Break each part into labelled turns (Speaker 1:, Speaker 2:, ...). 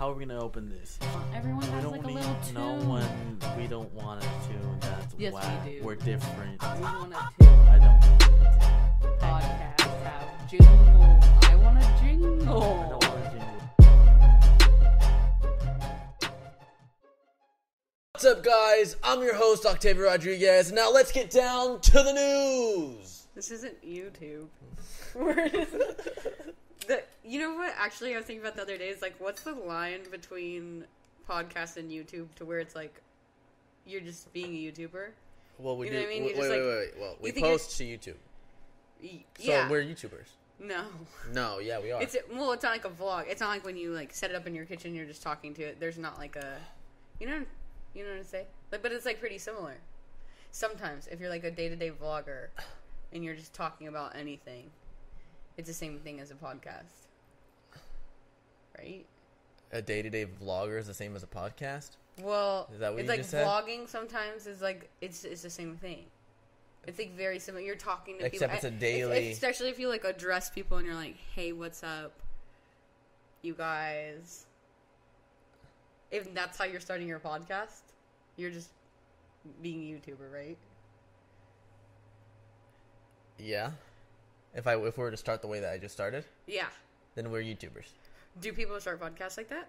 Speaker 1: how are we gonna open this?
Speaker 2: Everyone
Speaker 1: We
Speaker 2: has
Speaker 1: don't
Speaker 2: like a
Speaker 1: need
Speaker 2: little tune.
Speaker 1: no one. We don't want a tune that's
Speaker 2: Yes, we
Speaker 1: whack.
Speaker 2: do.
Speaker 1: are different.
Speaker 2: We want a tune
Speaker 1: I don't.
Speaker 2: podcast have jingle. I want a
Speaker 1: I
Speaker 2: jingle.
Speaker 1: don't want a jingle. What's up, guys? I'm your host Octavio Rodriguez. Now let's get down to the news.
Speaker 3: This isn't YouTube. We're just, the, you know what? Actually, I was thinking about the other day. Is like, what's the line between podcast and YouTube to where it's like you're just being a YouTuber?
Speaker 1: Well, we
Speaker 3: You
Speaker 1: do.
Speaker 3: know what I mean? You
Speaker 1: Wait, wait,
Speaker 3: just,
Speaker 1: wait,
Speaker 3: like-
Speaker 1: wait, Well, we
Speaker 3: think you're-
Speaker 1: post to YouTube,
Speaker 3: Y-
Speaker 1: so
Speaker 3: yeah.
Speaker 1: we're YouTubers.
Speaker 3: no.
Speaker 1: No, yeah, we are.
Speaker 3: It's well, it's not like a vlog. It's not like when you like set it up in your kitchen. You're just talking to it. There's not like a, you know, you know what I'm saying. Like, but it's like pretty similar. Sometimes if you're like a day to day vlogger, and you're just talking about anything, it's the same thing as a podcast, right?
Speaker 1: a day-to-day vlogger is the same as a podcast.
Speaker 3: Well,
Speaker 1: Is that what
Speaker 3: it's
Speaker 1: you
Speaker 3: like
Speaker 1: just said?
Speaker 3: vlogging. Sometimes is like it's it's the same thing. It's like very similar. You're talking to
Speaker 1: Except
Speaker 3: people,
Speaker 1: it's a
Speaker 3: If-
Speaker 1: daily-
Speaker 3: especially if you like address people and you're like, "Hey, what's up, you guys?" If that's how you're starting your podcast, you're just being a YouTuber, right?
Speaker 1: Yeah. If I if we were to start the way that I just started,
Speaker 3: Yeah.
Speaker 1: then we're YouTubers.
Speaker 3: Do people start podcasts like that?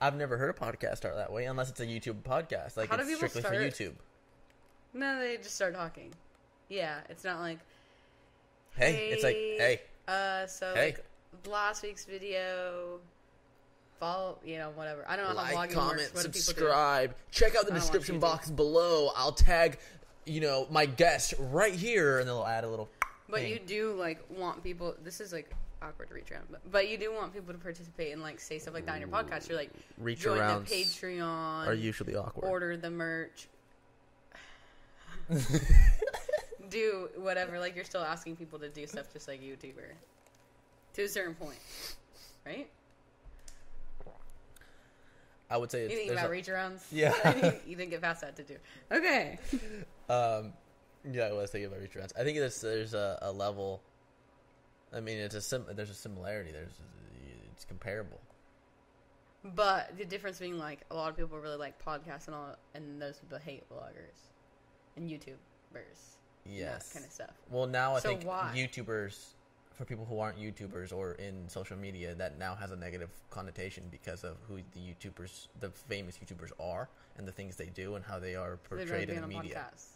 Speaker 1: I've never heard a podcast start that way unless it's a YouTube podcast. Like
Speaker 3: How do
Speaker 1: it's
Speaker 3: people
Speaker 1: strictly for
Speaker 3: start?
Speaker 1: YouTube.
Speaker 3: No, they just start talking. Yeah, it's not like
Speaker 1: Hey, it's like hey,
Speaker 3: Uh, so
Speaker 1: Hey.
Speaker 3: like last week's video, follow, you know, whatever. I don't know how
Speaker 1: like,
Speaker 3: vlogging
Speaker 1: comment,
Speaker 3: works. What do people do?
Speaker 1: subscribe. Check out the
Speaker 3: I don't watch
Speaker 1: description
Speaker 3: YouTube.
Speaker 1: box below. I'll tag, you know, my guest right here, and then they'll add a little.
Speaker 3: But
Speaker 1: thing.
Speaker 3: you do like want people. This is like awkward reach around, but, but you do want people to participate and like say stuff like that in your podcast. You're like
Speaker 1: Reach
Speaker 3: join
Speaker 1: arounds
Speaker 3: the Patreon,
Speaker 1: are usually awkward.
Speaker 3: order the merch, do whatever. Like you're still asking people to do stuff just like YouTuber, to a certain point, right?
Speaker 1: I would say
Speaker 3: You
Speaker 1: it's,
Speaker 3: think
Speaker 1: there's
Speaker 3: about
Speaker 1: a-
Speaker 3: reach arounds?
Speaker 1: Yeah.
Speaker 3: you didn't get past that to do. Okay.
Speaker 1: Um, yeah, I was thinking about reach arounds. I think there's there's a, a level. I mean, it's a sim- there's a similarity. There's it's comparable.
Speaker 3: But the difference being like a lot of people really like podcasts and all, and those people hate vloggers and YouTubers, and
Speaker 1: Yes.
Speaker 3: that kind of stuff.
Speaker 1: Well, now I
Speaker 3: So
Speaker 1: think
Speaker 3: why?
Speaker 1: YouTubers, for people who aren't YouTubers or in social media, that now has a negative connotation because of who the YouTubers, the famous YouTubers are, and the things they do and how they are
Speaker 3: They'd
Speaker 1: portrayed in
Speaker 3: rather be
Speaker 1: the
Speaker 3: on a
Speaker 1: media.
Speaker 3: podcast.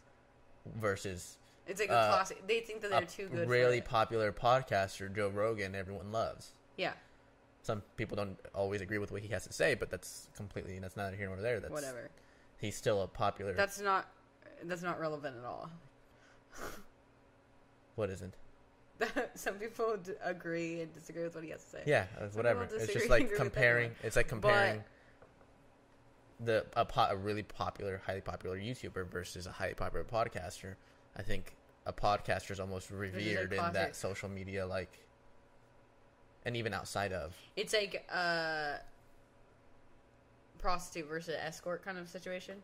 Speaker 1: Versus
Speaker 3: It's like a
Speaker 1: Uh,
Speaker 3: classic. They think that they're
Speaker 1: a
Speaker 3: too good. for
Speaker 1: really
Speaker 3: it.
Speaker 1: popular podcaster, Joe Rogan, everyone loves.
Speaker 3: yeah.
Speaker 1: Some people don't always agree with what he has to say, but that's completely that's neither here nor there. That's
Speaker 3: Whatever.
Speaker 1: He's still a popular.
Speaker 3: That's not. That's not relevant at all.
Speaker 1: what isn't?
Speaker 3: Some people d- agree and disagree with what he has to say.
Speaker 1: Yeah, uh, whatever.
Speaker 3: people
Speaker 1: It's
Speaker 3: disagree
Speaker 1: just
Speaker 3: and
Speaker 1: like
Speaker 3: agree with
Speaker 1: comparing.
Speaker 3: everyone.
Speaker 1: It's like comparing the a, po- a really popular, highly popular YouTuber versus a highly popular podcaster. I think a podcaster is almost revered in
Speaker 3: classic.
Speaker 1: that social media, like, and even outside of.
Speaker 3: It's like uh prostitute versus escort kind of situation.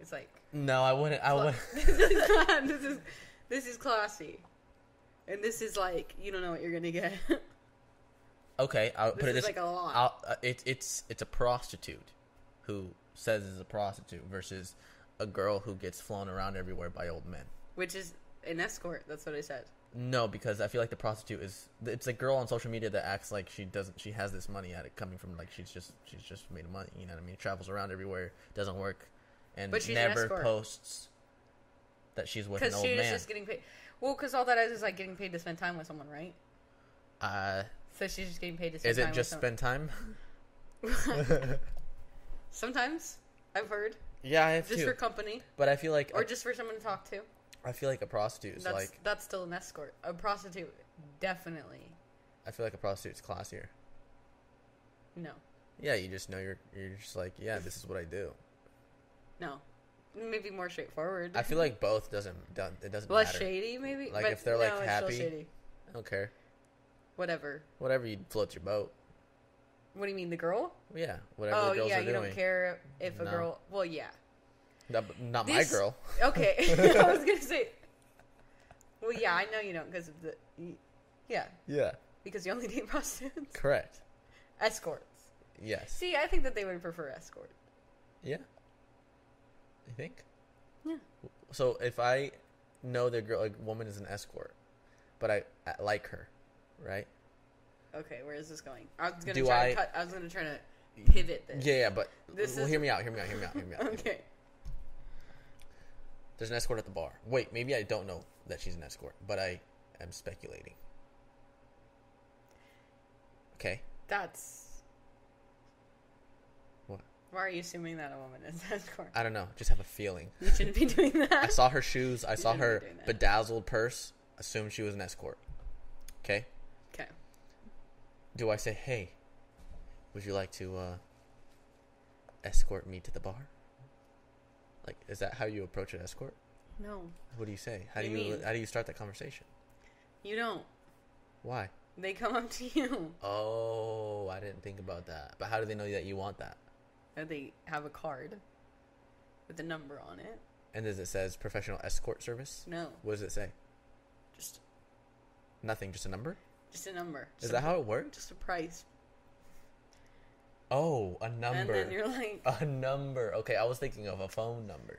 Speaker 3: It's like
Speaker 1: No, I wouldn't. I would.
Speaker 3: this is not- this is this is classy, and this is like you don't know what you're gonna get.
Speaker 1: Okay, I'll put
Speaker 3: This
Speaker 1: it
Speaker 3: is
Speaker 1: this.
Speaker 3: like a lot.
Speaker 1: I'll, uh, it, it's it's a prostitute who says is a prostitute versus a girl who gets flown around everywhere by old men.
Speaker 3: Which is an escort. That's what I said.
Speaker 1: No, because I feel like the prostitute is it's a girl on social media that acts like she doesn't she has this money at it coming from like she's just she's just made money, you know what I mean? Travels around everywhere, doesn't work and
Speaker 3: But she's an
Speaker 1: never
Speaker 3: escort.
Speaker 1: posts that she's with an
Speaker 3: Because
Speaker 1: old
Speaker 3: she was
Speaker 1: man.
Speaker 3: just getting paid. Well, because all that is is like getting paid to spend time with someone, right?
Speaker 1: uh
Speaker 3: So she's just getting paid to spend
Speaker 1: is
Speaker 3: time
Speaker 1: it just
Speaker 3: with someone.
Speaker 1: spend time?
Speaker 3: Sometimes I've heard
Speaker 1: yeah, I have
Speaker 3: just
Speaker 1: too.
Speaker 3: for company
Speaker 1: but I feel like
Speaker 3: or
Speaker 1: I,
Speaker 3: just for someone to talk to.
Speaker 1: I feel like a prostitute is
Speaker 3: That's
Speaker 1: like
Speaker 3: that's still an escort. A prostitute, definitely
Speaker 1: I feel like a prostitute's classier.
Speaker 3: no,
Speaker 1: Yeah, you just know you're you're just like, yeah, this is what I do.
Speaker 3: no. Maybe more straightforward.
Speaker 1: I feel like both doesn't it doesn't
Speaker 3: less
Speaker 1: matter.
Speaker 3: shady, maybe.
Speaker 1: Like,
Speaker 3: but
Speaker 1: if they're,
Speaker 3: no,
Speaker 1: like,
Speaker 3: it's
Speaker 1: happy.
Speaker 3: still shady.
Speaker 1: I don't care.
Speaker 3: Whatever.
Speaker 1: Whatever you float your boat.
Speaker 3: What do you mean, the girl?
Speaker 1: Yeah, whatever
Speaker 3: oh
Speaker 1: the girls
Speaker 3: yeah,
Speaker 1: are
Speaker 3: you
Speaker 1: doing.
Speaker 3: don't care if a
Speaker 1: No.
Speaker 3: girl. Well, yeah.
Speaker 1: Not, not
Speaker 3: This-
Speaker 1: my girl.
Speaker 3: Okay, I was gonna say. Well, yeah, I know you don't because of the. Yeah,
Speaker 1: Yeah.
Speaker 3: because you only date prostitutes.
Speaker 1: Correct.
Speaker 3: Escorts.
Speaker 1: Yes.
Speaker 3: See, I think that they would prefer escort.
Speaker 1: Yeah. I think.
Speaker 3: Yeah.
Speaker 1: So if I know the girl, a woman is an escort, but I, I like her, right?
Speaker 3: Okay, where is this going? I was gonna
Speaker 1: Do
Speaker 3: try.
Speaker 1: I-
Speaker 3: to cut, I was gonna try to pivot this.
Speaker 1: Yeah, yeah, but
Speaker 3: This
Speaker 1: well,
Speaker 3: is-
Speaker 1: hear me out. Hear me out. Hear me out. Hear me out. hear me out.
Speaker 3: Okay.
Speaker 1: There's an escort at the bar. Wait, maybe I don't know that she's an escort, but I am speculating. Okay.
Speaker 3: That's.
Speaker 1: What?
Speaker 3: Why are you assuming that a woman is an escort?
Speaker 1: I don't know. Just have a feeling.
Speaker 3: You shouldn't be doing
Speaker 1: I
Speaker 3: that.
Speaker 1: saw her shoes. I saw
Speaker 3: shouldn't be
Speaker 1: her
Speaker 3: doing that.
Speaker 1: bedazzled purse. Assumed she was an escort. Okay.
Speaker 3: Okay.
Speaker 1: Do I say, hey, would you like to uh, escort me to the bar? Like, is that how you approach an escort?
Speaker 3: No,
Speaker 1: What do you say? How do
Speaker 3: What
Speaker 1: you
Speaker 3: do you mean?
Speaker 1: how do you start that conversation?
Speaker 3: you don't.
Speaker 1: Why?
Speaker 3: They come up to you.
Speaker 1: Oh, I didn't think about that. But how do they know that you want that?
Speaker 3: Or they have a card with a number on it.
Speaker 1: And does it says professional escort service?
Speaker 3: No,
Speaker 1: What does it say?
Speaker 3: just
Speaker 1: Nothing, just a number.
Speaker 3: just a number.
Speaker 1: Is
Speaker 3: Just
Speaker 1: that
Speaker 3: a,
Speaker 1: how it worked?
Speaker 3: Just a price.
Speaker 1: Oh, a number.
Speaker 3: And then you're like,
Speaker 1: a number. Okay, I was thinking of a phone number.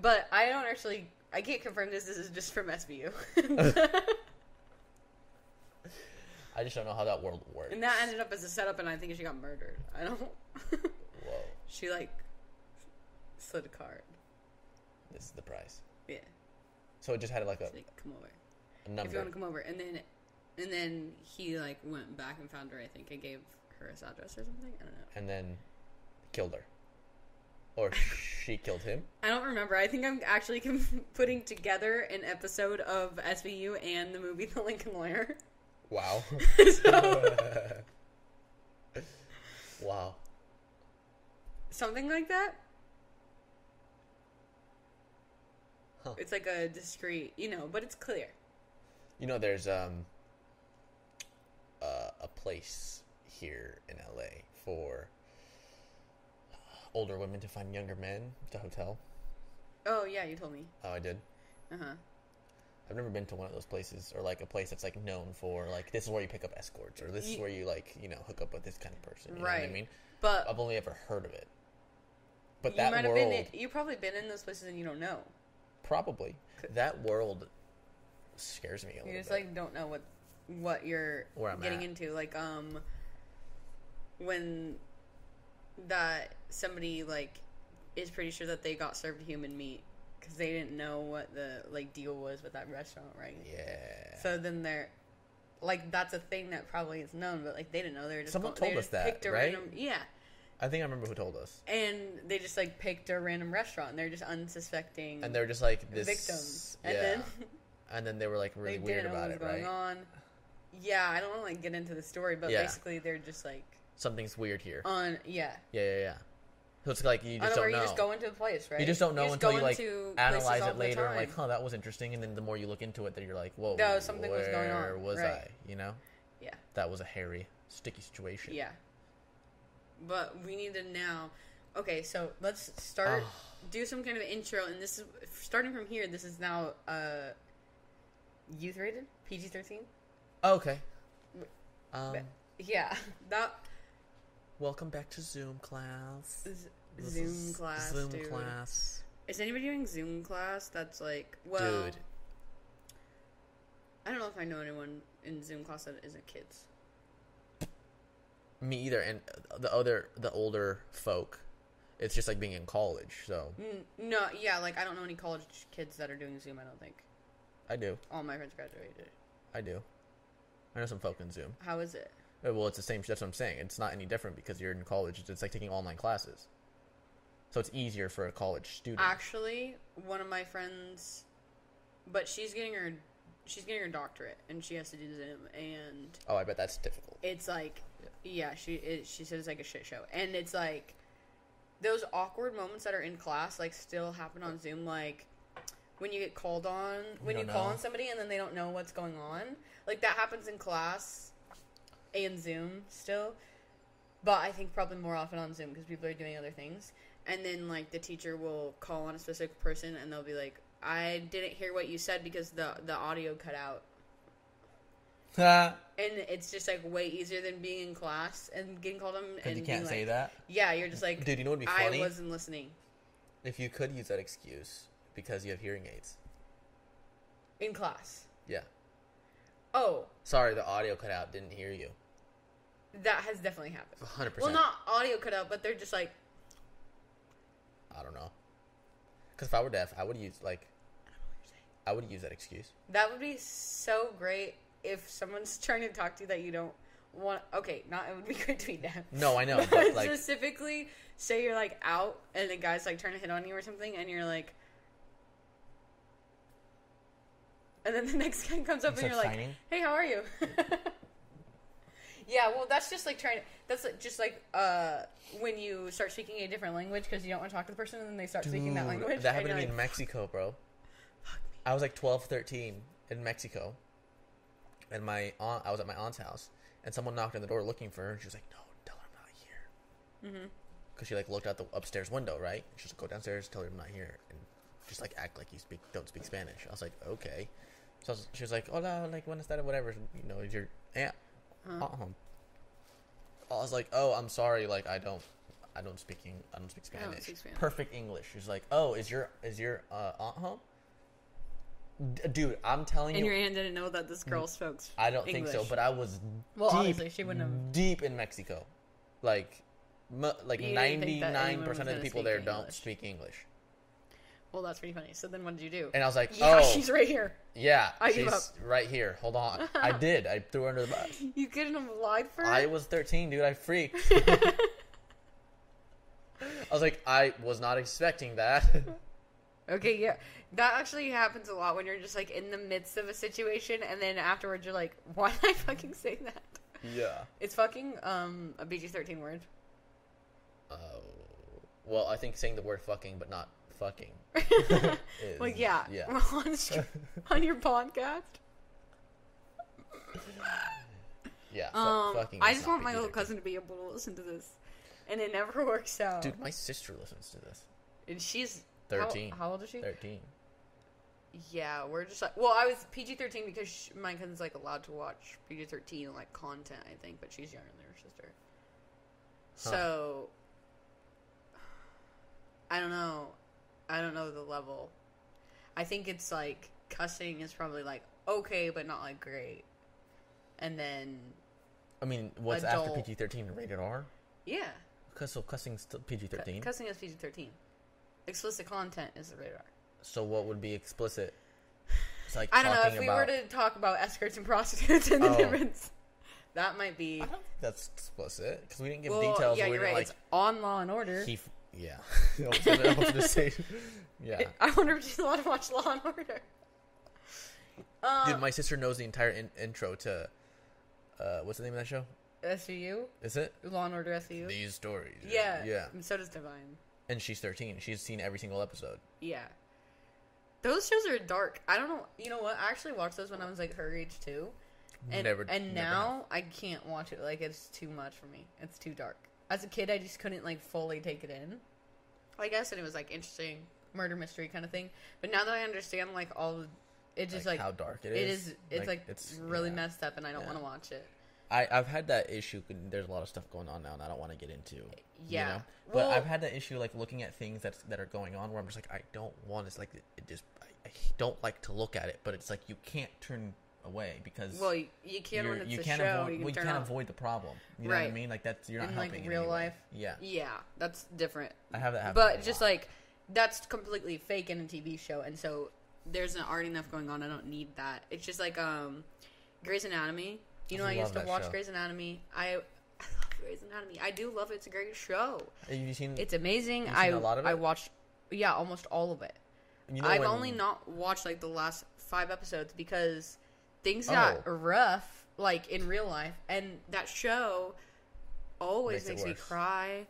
Speaker 3: But I don't actually. I can't confirm this. This is just from SBU.
Speaker 1: I just don't know how that world works.
Speaker 3: and that ended up as a setup, and I think she got murdered. I don't.
Speaker 1: Whoa,
Speaker 3: she like slid a card.
Speaker 1: this is the price.
Speaker 3: Yeah.
Speaker 1: So it just had like a,
Speaker 3: She's like, come over
Speaker 1: a
Speaker 3: if you
Speaker 1: number.
Speaker 3: want to come over, and then and then he like went back and found her. I think and gave her his address or something. I don't know.
Speaker 1: and then killed her. Or she killed him.
Speaker 3: I don't remember. I think I'm actually com- putting together an episode of SBU and the movie The Lincoln Lawyer.
Speaker 1: Wow.
Speaker 3: so,
Speaker 1: wow.
Speaker 3: something like that.
Speaker 1: Huh.
Speaker 3: It's like a discreet, you know, but it's clear.
Speaker 1: You know, there's um uh, a place here in LA for older women to find younger men. It's a hotel.
Speaker 3: Oh yeah, you told me.
Speaker 1: Oh, I did.
Speaker 3: Uh huh.
Speaker 1: I've never been to one of those places, or like a place that's like known for like this is where you pick up escorts, or this is
Speaker 3: Ye-
Speaker 1: where you like you know hook up with this kind of person. You Know what
Speaker 3: Right.
Speaker 1: I mean,
Speaker 3: But
Speaker 1: I've only ever heard of it. But
Speaker 3: you
Speaker 1: that
Speaker 3: might
Speaker 1: world,
Speaker 3: have been. In, you probably been in those places and you don't know.
Speaker 1: probably that world scares me a
Speaker 3: You
Speaker 1: little
Speaker 3: just
Speaker 1: bit.
Speaker 3: like don't know what what you're
Speaker 1: Where I'm
Speaker 3: getting
Speaker 1: at.
Speaker 3: into. Like um, when that somebody like is pretty sure that they got served human meat because they didn't know what the like deal was with that restaurant, right?
Speaker 1: yeah.
Speaker 3: So then they're like, that's a thing that probably is known, but like they didn't know. They were just
Speaker 1: Someone
Speaker 3: go- they
Speaker 1: told us
Speaker 3: just
Speaker 1: that,
Speaker 3: picked a
Speaker 1: right?
Speaker 3: Random, yeah,
Speaker 1: I think I remember who told us,
Speaker 3: and they just like picked a random restaurant. and They're just unsuspecting
Speaker 1: and they're just like this
Speaker 3: victims,
Speaker 1: Yeah.
Speaker 3: and then
Speaker 1: and then they were like
Speaker 3: they
Speaker 1: really weird
Speaker 3: didn't know what
Speaker 1: about
Speaker 3: was
Speaker 1: it,
Speaker 3: going
Speaker 1: right?
Speaker 3: on. Yeah, I don't want to like get into the story, but
Speaker 1: Yeah.
Speaker 3: basically they're just like
Speaker 1: Something's weird here.
Speaker 3: on yeah.
Speaker 1: yeah, yeah, yeah. So it's like you
Speaker 3: I
Speaker 1: just
Speaker 3: know
Speaker 1: don't
Speaker 3: where
Speaker 1: know.
Speaker 3: you just go into the place, right?
Speaker 1: You just don't know until
Speaker 3: go
Speaker 1: you like
Speaker 3: into places
Speaker 1: analyze
Speaker 3: all
Speaker 1: it
Speaker 3: the
Speaker 1: later. and like,
Speaker 3: time.
Speaker 1: huh, that was interesting. And then the more you look into it, then you're like, whoa,
Speaker 3: No, something was going on,
Speaker 1: where was
Speaker 3: right.
Speaker 1: I? You know,
Speaker 3: Yeah.
Speaker 1: that was a hairy, sticky situation.
Speaker 3: Yeah. But we need to now. Okay, so let's start.
Speaker 1: Ah.
Speaker 3: Do some kind of intro, and this is starting from here. This is now uh, youth rated PG thirteen.
Speaker 1: Okay. Um,
Speaker 3: Yeah, that
Speaker 1: welcome back to Zoom class.
Speaker 3: is
Speaker 1: This
Speaker 3: Zoom
Speaker 1: is
Speaker 3: class,
Speaker 1: Zoom
Speaker 3: dude.
Speaker 1: class.
Speaker 3: Is anybody doing Zoom class? That's like, well,
Speaker 1: Dude.
Speaker 3: I don't know if I know anyone in Zoom class that isn't kids.
Speaker 1: Me either. And the other, the older folk, it's just like being in college. So
Speaker 3: N- No, yeah, like I don't know any college kids that are doing Zoom. I don't think
Speaker 1: I do,
Speaker 3: all my friends graduated.
Speaker 1: I do. I know some folk in Zoom.
Speaker 3: How is it?
Speaker 1: Uh, Well, it's the same. That's what I'm saying. It's not any different because you're in college. It's- It's like taking online classes, so it's easier for a college student.
Speaker 3: Actually, one of my friends, but she's getting her, she's getting her doctorate, and she has to do Zoom, and
Speaker 1: oh, I bet that's difficult.
Speaker 3: it's like, yeah, she it, she says it's like a shit show, and it's like, those awkward moments that are in class like still happen on Zoom, like. When you get called on, when you
Speaker 1: don't
Speaker 3: call
Speaker 1: know.
Speaker 3: on somebody and then they don't know what's going on, like that happens in class and Zoom still, but I think probably more often on Zoom because people are doing other things. And then like the teacher will call on a specific person and they'll be like, "I didn't hear what you said because the the audio cut out."
Speaker 1: Ha.
Speaker 3: and it's just like way easier than being in class and getting called them.
Speaker 1: But
Speaker 3: And
Speaker 1: you can't
Speaker 3: being
Speaker 1: say
Speaker 3: like,
Speaker 1: that.
Speaker 3: Yeah, you're just like,
Speaker 1: Dude, you know what'd be
Speaker 3: I
Speaker 1: funny?
Speaker 3: wasn't listening.
Speaker 1: If you could use that excuse because you have hearing aids.
Speaker 3: in class.
Speaker 1: Yeah.
Speaker 3: Oh,
Speaker 1: Sorry, the audio cut out. Didn't hear you.
Speaker 3: that has definitely happened.
Speaker 1: 100%.
Speaker 3: Well, not audio cut out, but they're just like,
Speaker 1: I don't know. Because if I were deaf, I would use, like, I would use that excuse.
Speaker 3: that would be so great if someone's trying to talk to you that you don't want. Okay, not it would be great to be deaf.
Speaker 1: No, I know, but, like-
Speaker 3: specifically, say you're like out and the guy's like trying to hit on you or something, and you're like. And then the next guy comes up
Speaker 1: He
Speaker 3: and you're
Speaker 1: starts
Speaker 3: like,
Speaker 1: signing?
Speaker 3: "Hey, how are you?" yeah, well, that's just like trying. To, that's like- just like uh, when you start speaking a different language because you don't want to talk to the person, and then they start speaking that
Speaker 1: Dude,
Speaker 3: language.
Speaker 1: That
Speaker 3: and
Speaker 1: happened to
Speaker 3: you're
Speaker 1: me
Speaker 3: like,
Speaker 1: in Mexico, bro. I was like 12, 13 in Mexico. And my aunt, I was at my aunt's house, and someone knocked on the door looking for her. And she was like, "No, tell her I'm not here."
Speaker 3: Mm-hmm.
Speaker 1: Because she like looked out the upstairs window, right? She's like, "Go downstairs, tell her I'm not here," and just like act like you speak don't speak Spanish. I was like, "Okay." So I was, she was like, "Hola, like buenas tardes, whatever." You know, your aunt.
Speaker 3: Uh-huh.
Speaker 1: aunt home. I was like, "Oh, I'm sorry, like I don't." I don't speak. Eng- I don't speak
Speaker 3: I
Speaker 1: Spanish.
Speaker 3: don't speak Spanish.
Speaker 1: Perfect English. She's like, "Oh, is your is your uh, aunt home?" D- dude, I'm telling
Speaker 3: And
Speaker 1: you,
Speaker 3: your aunt didn't know that this girl spoke.
Speaker 1: Mm. I don't think so,
Speaker 3: English.
Speaker 1: but I was
Speaker 3: Well,
Speaker 1: deep,
Speaker 3: obviously, she wouldn't have-
Speaker 1: deep in Mexico, like mu like
Speaker 3: You didn't
Speaker 1: ninety
Speaker 3: think that anyone
Speaker 1: nine
Speaker 3: was
Speaker 1: percent of
Speaker 3: gonna
Speaker 1: the people
Speaker 3: speak
Speaker 1: there don't
Speaker 3: English.
Speaker 1: speak English.
Speaker 3: well, that's pretty funny. So then, what did you do?
Speaker 1: And I was like,
Speaker 3: yeah,
Speaker 1: oh,
Speaker 3: she's right here.
Speaker 1: yeah,
Speaker 3: I give
Speaker 1: she's right here. Hold on, I did. I threw her under the bus.
Speaker 3: You couldn't have lied for
Speaker 1: I
Speaker 3: her.
Speaker 1: was thirteen, dude. I freaked. I was like, I was not expecting that.
Speaker 3: Okay, yeah, that actually happens a lot when you're just like in the midst of a situation, and then afterwards you're like, why did I fucking say that?
Speaker 1: yeah.
Speaker 3: It's fucking um a BG thirteen word.
Speaker 1: Oh, well, I think saying the word fucking, but not fucking. is-
Speaker 3: Like yeah,
Speaker 1: Yeah.
Speaker 3: on, str- on your podcast.
Speaker 1: Yeah. fu-
Speaker 3: Um,
Speaker 1: fucking
Speaker 3: I
Speaker 1: is
Speaker 3: just
Speaker 1: not
Speaker 3: want my
Speaker 1: PG-13.
Speaker 3: little cousin to be able to listen to this, and it never works out.
Speaker 1: Dude, my sister listens to this.
Speaker 3: and she's how-
Speaker 1: 13.
Speaker 3: How, old is she?
Speaker 1: 13.
Speaker 3: Yeah, we're just like, well, I was PG 13 because sh my cousin's like allowed to watch PG 13 like content, I think, but she's younger than her sister. So, I don't know. I don't know the level. I think it's like cussing is probably like okay, but not like great. And then,
Speaker 1: I mean, what's after
Speaker 3: Adult.
Speaker 1: PG 13? Rated R?
Speaker 3: yeah,
Speaker 1: Cuss- So cussing's still PG
Speaker 3: cu-
Speaker 1: 13.
Speaker 3: cussing is PG 13. Explicit content is the radar.
Speaker 1: So what would be explicit? It's like
Speaker 3: I don't know.
Speaker 1: talking
Speaker 3: If we
Speaker 1: about,
Speaker 3: were to talk about escorts and prostitutes and the
Speaker 1: Oh.
Speaker 3: difference, that might be.
Speaker 1: I don't think that's explicit because we didn't give
Speaker 3: Well,
Speaker 1: details.
Speaker 3: yeah,
Speaker 1: we
Speaker 3: you're
Speaker 1: didn't
Speaker 3: right.
Speaker 1: like
Speaker 3: it's on Law and Order.
Speaker 1: he. F- yeah. I was gonna- I was gonna say- yeah.
Speaker 3: I wonder if she's allowed to watch Law and Order. uh,
Speaker 1: Dude, my sister knows the entire in- intro to. Uh, what's the name of that show?
Speaker 3: SVU,
Speaker 1: Is it?
Speaker 3: Law and Order SVU.
Speaker 1: These stories. are-
Speaker 3: yeah,
Speaker 1: Yeah.
Speaker 3: And so does Divine.
Speaker 1: And she's 13. She's seen every single episode.
Speaker 3: Yeah, those shows are dark. I don't know. You know what? I actually watched those when I was like her age too, and
Speaker 1: Never-
Speaker 3: and
Speaker 1: never
Speaker 3: now I can't watch it. Like it's too much for me. It's too dark. As a kid, I just couldn't like fully take it in. I guess, and it was like interesting murder mystery kind of thing. But now that I understand, like all, the- it just
Speaker 1: Like,
Speaker 3: like,
Speaker 1: how dark it
Speaker 3: It
Speaker 1: is.
Speaker 3: is. It's
Speaker 1: Like,
Speaker 3: like,
Speaker 1: it's-
Speaker 3: really
Speaker 1: yeah.
Speaker 3: messed up, and I don't
Speaker 1: Yeah.
Speaker 3: want to watch it.
Speaker 1: I, I've had that issue. and There's a lot of stuff going on now, and I don't want to get into. you
Speaker 3: Yeah.
Speaker 1: know? But
Speaker 3: Well-
Speaker 1: I've had that issue, like looking at things that's that are going on, where I'm just like, I don't want. It's like it just, I, I don't like to look at it, but it's like you can't turn away because
Speaker 3: Well, you, you can't
Speaker 1: you're-
Speaker 3: when it's
Speaker 1: you
Speaker 3: a
Speaker 1: can't
Speaker 3: show.
Speaker 1: avoid.
Speaker 3: you can
Speaker 1: well, you
Speaker 3: turn
Speaker 1: can't
Speaker 3: off.
Speaker 1: avoid the problem. You know what I
Speaker 3: Right.
Speaker 1: mean? Like that's you're not
Speaker 3: In, like,
Speaker 1: helping. in
Speaker 3: real
Speaker 1: any way.
Speaker 3: life.
Speaker 1: Yeah.
Speaker 3: Yeah, that's different.
Speaker 1: I have that happen. a
Speaker 3: But just
Speaker 1: lot.
Speaker 3: like that's completely fake in a TV show, and so there's not already enough going on. I don't need that. It's just like um, Grey's Anatomy. You know,
Speaker 1: I
Speaker 3: I, used
Speaker 1: love
Speaker 3: to
Speaker 1: that
Speaker 3: watch
Speaker 1: show.
Speaker 3: Grey's Anatomy. I, I love Grey's Anatomy. I do love it. It's a great show.
Speaker 1: have you seen?
Speaker 3: It's amazing.
Speaker 1: You've
Speaker 3: I
Speaker 1: seen a lot of
Speaker 3: I
Speaker 1: it?
Speaker 3: watched, yeah, almost all of it.
Speaker 1: you know
Speaker 3: I've
Speaker 1: when-
Speaker 3: only not watched like the last five episodes because things
Speaker 1: Oh.
Speaker 3: got rough, like in real life, and that show always
Speaker 1: Makes
Speaker 3: makes,
Speaker 1: it
Speaker 3: me
Speaker 1: worse.
Speaker 3: cry.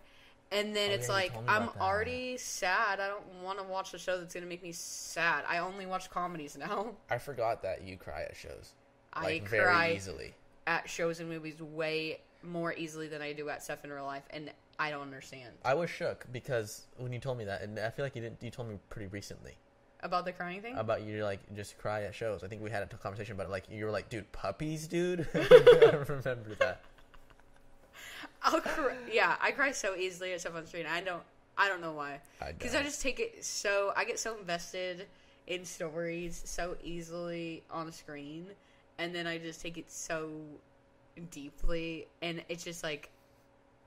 Speaker 3: And then
Speaker 1: Oh,
Speaker 3: it's
Speaker 1: yeah, you
Speaker 3: like
Speaker 1: told me
Speaker 3: I'm
Speaker 1: about that.
Speaker 3: already sad. I don't want to watch a show that's gonna make me sad. I only watch comedies now.
Speaker 1: I forgot that you cry at shows.
Speaker 3: I
Speaker 1: Like,
Speaker 3: cry.
Speaker 1: very easily.
Speaker 3: At shows and movies, way more easily than I do at stuff in real life, and I don't understand.
Speaker 1: I was shook because when you told me that, and I feel like you didn't. You told me pretty recently.
Speaker 3: about the crying thing.
Speaker 1: about you like just cry at shows. I think we had a t- conversation about it. Like you were like, "Dude, puppies, dude." I remember that.
Speaker 3: I'll cry, yeah, I cry so easily at stuff on screen. I don't, I don't know why.
Speaker 1: I
Speaker 3: Because I
Speaker 1: don't.
Speaker 3: just take it so I get so invested in stories so easily on screen, and then I just take it so deeply, and it's just like,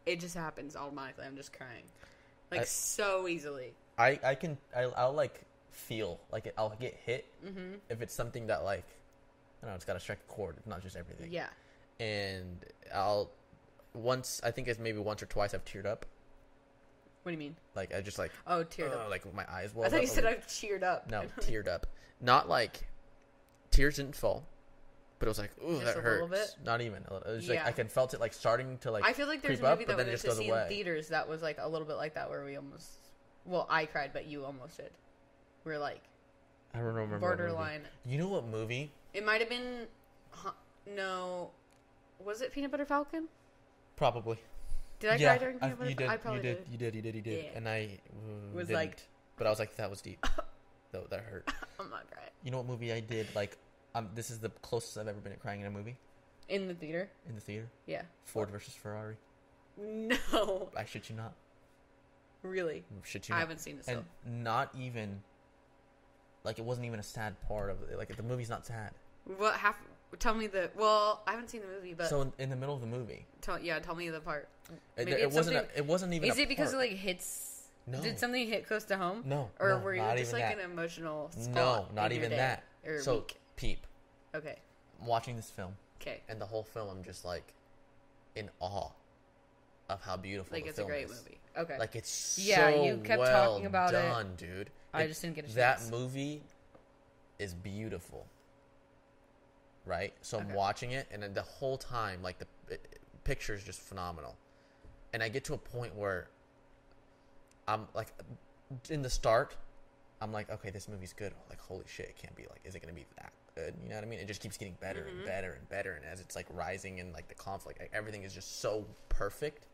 Speaker 3: it just happens automatically. I'm just crying, like
Speaker 1: I-
Speaker 3: so easily.
Speaker 1: I I can I I'll like feel like it, I'll get hit
Speaker 3: Mm-hmm.
Speaker 1: if it's something that like I don't know. It's got to strike a chord. It's not just everything.
Speaker 3: Yeah,
Speaker 1: And I'll once I think it's maybe once or twice I've teared up.
Speaker 3: what do you mean?
Speaker 1: Like I just like
Speaker 3: Oh, teared
Speaker 1: "Ugh,"
Speaker 3: up.
Speaker 1: like my eyes.
Speaker 3: I
Speaker 1: welled
Speaker 3: thought
Speaker 1: up
Speaker 3: you
Speaker 1: a
Speaker 3: said
Speaker 1: little.
Speaker 3: I've cheered up.
Speaker 1: No, teared up. Not like tears didn't fall, but it was like, ooh,
Speaker 3: Just
Speaker 1: that
Speaker 3: a
Speaker 1: hurts.
Speaker 3: little bit?
Speaker 1: Not even a little. It was just
Speaker 3: Yeah.
Speaker 1: like I can felt it like starting to like.
Speaker 3: I feel like there's a
Speaker 1: creep up,
Speaker 3: movie
Speaker 1: but
Speaker 3: that
Speaker 1: then
Speaker 3: we
Speaker 1: it just
Speaker 3: went to
Speaker 1: goes
Speaker 3: see
Speaker 1: away.
Speaker 3: in theaters that was like a little bit like that, where we almost, well, I cried, but you almost did. We are like,
Speaker 1: I don't remember. what movie.
Speaker 3: borderline.
Speaker 1: You know what movie?
Speaker 3: It might have been, huh, no, was it Peanut Butter Falcon?
Speaker 1: Probably.
Speaker 3: Did I
Speaker 1: yeah,
Speaker 3: cry during
Speaker 1: I-
Speaker 3: Peanut Butter?
Speaker 1: you did.
Speaker 3: Falcon? I probably
Speaker 1: you did. You did. You did. You did.
Speaker 3: Yeah.
Speaker 1: And I uh,
Speaker 3: Was
Speaker 1: didn't.
Speaker 3: like-
Speaker 1: but I was like, that was deep. Though that hurt.
Speaker 3: I'm not crying
Speaker 1: You know what movie I did? Like, um, this is the closest I've ever been to crying in a movie
Speaker 3: in the theater.
Speaker 1: in the theater.
Speaker 3: Yeah.
Speaker 1: Ford versus Ferrari.
Speaker 3: No,
Speaker 1: I should you not.
Speaker 3: really,
Speaker 1: Should you?
Speaker 3: I
Speaker 1: Not.
Speaker 3: haven't seen it still.
Speaker 1: and not even like it wasn't even a sad part of it. Like the movie's not sad.
Speaker 3: what half? Tell me the. Well, I haven't seen the movie, but
Speaker 1: so in, in the middle of the movie,
Speaker 3: tell, yeah, tell me the part.
Speaker 1: it,
Speaker 3: Maybe
Speaker 1: it
Speaker 3: it's
Speaker 1: wasn't. A,
Speaker 3: something-
Speaker 1: it wasn't even.
Speaker 3: Is
Speaker 1: a
Speaker 3: it because it
Speaker 1: part.
Speaker 3: like hits?
Speaker 1: No.
Speaker 3: Did something hit close to home?
Speaker 1: No,
Speaker 3: Or
Speaker 1: no,
Speaker 3: were you
Speaker 1: not
Speaker 3: just
Speaker 1: even
Speaker 3: like
Speaker 1: that.
Speaker 3: an emotional?
Speaker 1: no,
Speaker 3: Spot
Speaker 1: not
Speaker 3: in your
Speaker 1: even
Speaker 3: day
Speaker 1: that.
Speaker 3: Or
Speaker 1: so
Speaker 3: week?
Speaker 1: peep.
Speaker 3: Okay.
Speaker 1: I'm watching this film,
Speaker 3: Okay.
Speaker 1: and the whole film, I'm just like in awe of how beautiful.
Speaker 3: Like
Speaker 1: the
Speaker 3: it's a
Speaker 1: film
Speaker 3: great
Speaker 1: is.
Speaker 3: movie. Okay.
Speaker 1: Like it's
Speaker 2: Yeah,
Speaker 1: so
Speaker 2: you kept
Speaker 1: well
Speaker 2: talking about it.
Speaker 1: done, dude.
Speaker 2: I
Speaker 1: It-
Speaker 2: just didn't get a
Speaker 1: that
Speaker 2: chance.
Speaker 1: movie is beautiful, right? So I'm
Speaker 3: Okay.
Speaker 1: watching it, and then the whole time, like the it, picture is just phenomenal, and I get to a point where I'm like, in the start, I'm like, okay, this movie's good. Like, holy shit, it can't be like, is it gonna be that good? You know what I mean? It just keeps getting better
Speaker 3: Mm-hmm.
Speaker 1: and better and better, and as it's like rising and like the conflict, like, everything is just so perfect.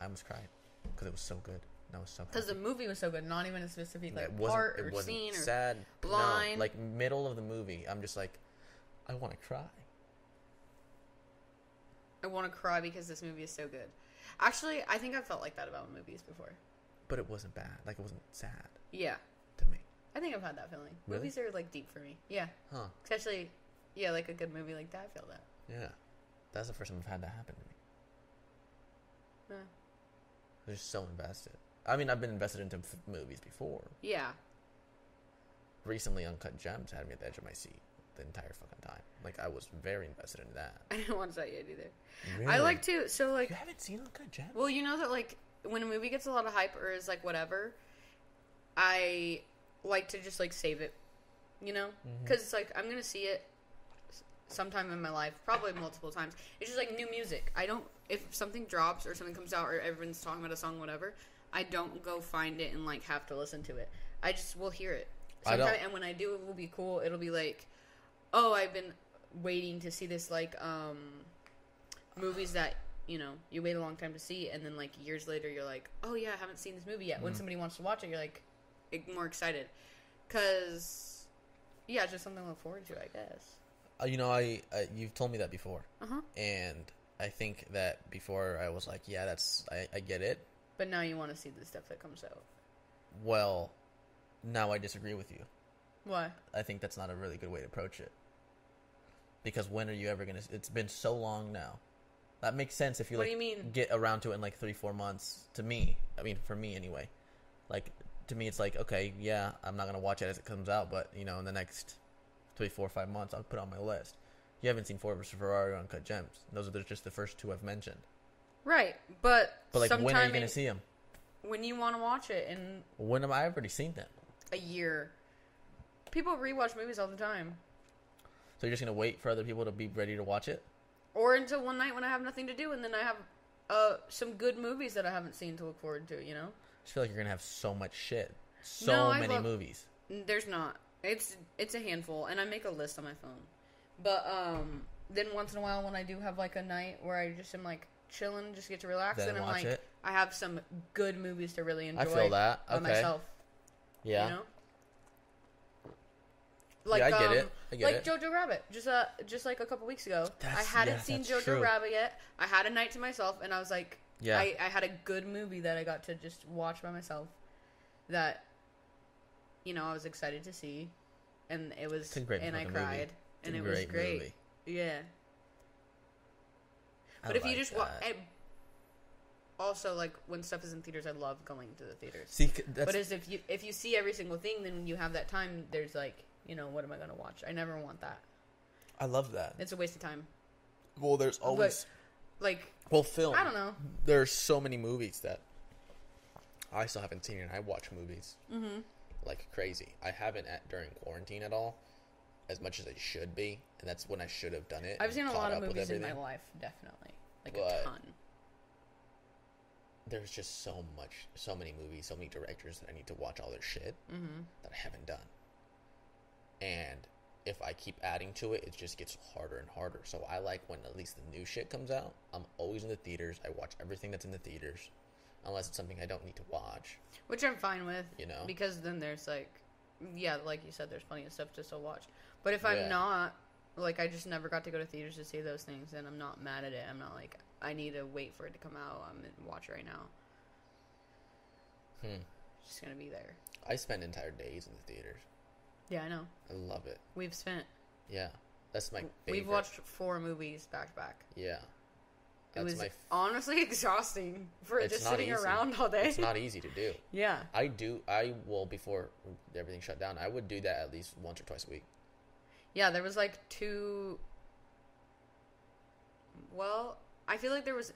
Speaker 1: I almost cried because it was so good. And I was so
Speaker 3: because
Speaker 1: happy.
Speaker 3: the movie was so good, not even a specific like
Speaker 1: it wasn't,
Speaker 3: part
Speaker 1: it
Speaker 3: or
Speaker 1: wasn't
Speaker 3: scene or
Speaker 1: sad. no,
Speaker 3: line.
Speaker 1: like middle of the movie, I'm just like, I want to cry.
Speaker 3: I want to cry because this movie is so good. Actually, I think I've felt like that about movies before.
Speaker 1: But it wasn't bad. Like it wasn't sad
Speaker 3: Yeah,
Speaker 1: to me.
Speaker 3: I think I've had that feeling.
Speaker 1: Really?
Speaker 3: Movies are like deep for me. Yeah,
Speaker 1: Huh.
Speaker 3: especially yeah, like a good movie like that. I feel that.
Speaker 1: Yeah. That's the first time I've had that happen to me.
Speaker 3: Yeah,
Speaker 1: I'm just so invested. I mean, I've been invested into f- movies before.
Speaker 3: yeah.
Speaker 1: Recently, Uncut Gems had me at the edge of my seat the entire fucking time. Like, I was very invested in that.
Speaker 3: I didn't watch that yet either. I
Speaker 1: Really?
Speaker 3: like to so like
Speaker 1: You haven't seen Uncut Gems?
Speaker 3: Well, you know that like when a movie gets a lot of hype or is like whatever, I like to just like save it, you know,
Speaker 1: Mm-hmm.
Speaker 3: because it's like I'm gonna see it s- sometime in my life, probably multiple times. It's just like new music. I don't if something drops or something comes out or everyone's talking about a song, whatever. I don't go find it and like have to listen to it. I just will hear it.
Speaker 1: I don't-
Speaker 3: Sometime, and when I do, it will be cool. It'll be like, oh, I've been waiting to see this like um movies that you know you wait a long time to see and then like years later you're like oh yeah i haven't seen this movie yet
Speaker 1: Mm-hmm.
Speaker 3: when somebody wants to watch it you're like e- more excited because yeah it's just something to look forward to i guess
Speaker 1: Uh, you know, I uh, you've told me that before,
Speaker 3: uh-huh
Speaker 1: and I think that before I was like, yeah, that's I, I get it.
Speaker 3: but now you want to see the stuff that comes out
Speaker 1: Well, now I disagree with you.
Speaker 3: why
Speaker 1: I think that's not a really good way to approach it. Because when are you ever gonna? It's been so long now. That makes sense if you
Speaker 3: What
Speaker 1: like
Speaker 3: do you mean?
Speaker 1: get around to it in like three, four months. To me, I mean, for me anyway. Like to me, it's like okay, yeah, I'm not gonna watch it as it comes out, but you know, in the next three, four, five months, I'll put it on my list. You haven't seen Ford vs Ferrari or Uncut Gems. Those are the- just the first two I've mentioned.
Speaker 3: right but,
Speaker 1: But like,
Speaker 3: sometime
Speaker 1: when are you
Speaker 3: in-
Speaker 1: gonna see them?
Speaker 3: when you want to watch it in
Speaker 1: When am I I've already seen them?
Speaker 3: a year people rewatch movies all the time
Speaker 1: So you're just gonna wait for other people to be ready to watch it?
Speaker 3: or until one night when i have nothing to do and then i have uh some good movies that i haven't seen to look forward to you know
Speaker 1: I just feel like you're gonna have so much shit, so
Speaker 3: No, I
Speaker 1: many
Speaker 3: love-
Speaker 1: movies.
Speaker 3: There's not. It's it's a handful, and I make a list on my phone. But um, then once in a while, when I do have like a night where I just am like chilling, just get to relax,
Speaker 1: Then
Speaker 3: then, I'm
Speaker 1: watch
Speaker 3: like,
Speaker 1: it.
Speaker 3: I have some good movies to really enjoy.
Speaker 1: I feel that.
Speaker 3: by
Speaker 1: Okay.
Speaker 3: myself.
Speaker 1: Yeah.
Speaker 3: You know. Like
Speaker 1: Yeah, I get
Speaker 3: um,
Speaker 1: it. I get
Speaker 3: like
Speaker 1: it.
Speaker 3: Jojo Rabbit. Just uh just like a couple weeks ago.
Speaker 1: That's-
Speaker 3: I hadn't
Speaker 1: yeah,
Speaker 3: seen Jojo
Speaker 1: that's true.
Speaker 3: Rabbit yet. I had a night to myself and I was like
Speaker 1: Yeah.
Speaker 3: I, I had a good movie that I got to just watch by myself that you know, I was excited to see and it was
Speaker 1: It's a great
Speaker 3: and I
Speaker 1: fucking movie.
Speaker 3: cried
Speaker 1: It's
Speaker 3: and
Speaker 1: a
Speaker 3: it was great.
Speaker 1: movie.
Speaker 3: Yeah.
Speaker 1: I
Speaker 3: But if you
Speaker 1: like
Speaker 3: just watch
Speaker 1: that.
Speaker 3: also like when stuff is in theaters, I love going to the theaters.
Speaker 1: see, c- that's
Speaker 3: But as if you if you see every single thing, then you have that time. There's like, you know, what am I gonna watch? I never want that.
Speaker 1: I love that.
Speaker 3: It's a waste of time.
Speaker 1: Well, there's always
Speaker 3: Like
Speaker 1: well film.
Speaker 3: I don't know.
Speaker 1: There's so many movies that I still haven't seen, and I watch movies
Speaker 3: Mm-hmm.
Speaker 1: like crazy. I haven't at during quarantine at all, as much as I should be, and that's when I should have done it.
Speaker 3: I've
Speaker 1: and
Speaker 3: seen a
Speaker 1: caught
Speaker 3: lot of
Speaker 1: up with
Speaker 3: movies in my
Speaker 1: everything.
Speaker 3: life, definitely, like
Speaker 1: But-
Speaker 3: a ton.
Speaker 1: There's just so much, so many movies, so many directors that I need to watch all their shit
Speaker 3: Mm-hmm.
Speaker 1: that I haven't done. And if I keep adding to it, it just gets harder and harder. So I like when at least the new shit comes out. I'm always in the theaters. I watch everything that's in the theaters, unless it's something I don't need to watch.
Speaker 3: which I'm fine with,
Speaker 1: You know?
Speaker 3: because then there's like, yeah, like you said, there's plenty of stuff to still watch. But if
Speaker 1: Yeah.
Speaker 3: I'm not, like, I just never got to go to theaters to see those things, and I'm not mad at it. I'm not like I need to wait for it to come out. I'm gonna watch it right now.
Speaker 1: Hmm.
Speaker 3: It's just gonna be there.
Speaker 1: I spend entire days in the theaters.
Speaker 3: Yeah, I know.
Speaker 1: I love it.
Speaker 3: We've spent.
Speaker 1: Yeah, that's my favorite.
Speaker 3: We've watched four movies back to back.
Speaker 1: Yeah,
Speaker 3: It
Speaker 1: that's
Speaker 3: was
Speaker 1: my. F-
Speaker 3: honestly exhausting for
Speaker 1: It's
Speaker 3: just
Speaker 1: not
Speaker 3: sitting
Speaker 1: easy.
Speaker 3: around all day.
Speaker 1: it's not easy to do.
Speaker 3: yeah,
Speaker 1: I do. I will before everything shut down. I would do that at least once or twice a week.
Speaker 3: yeah. There was like two. Well, I feel like there was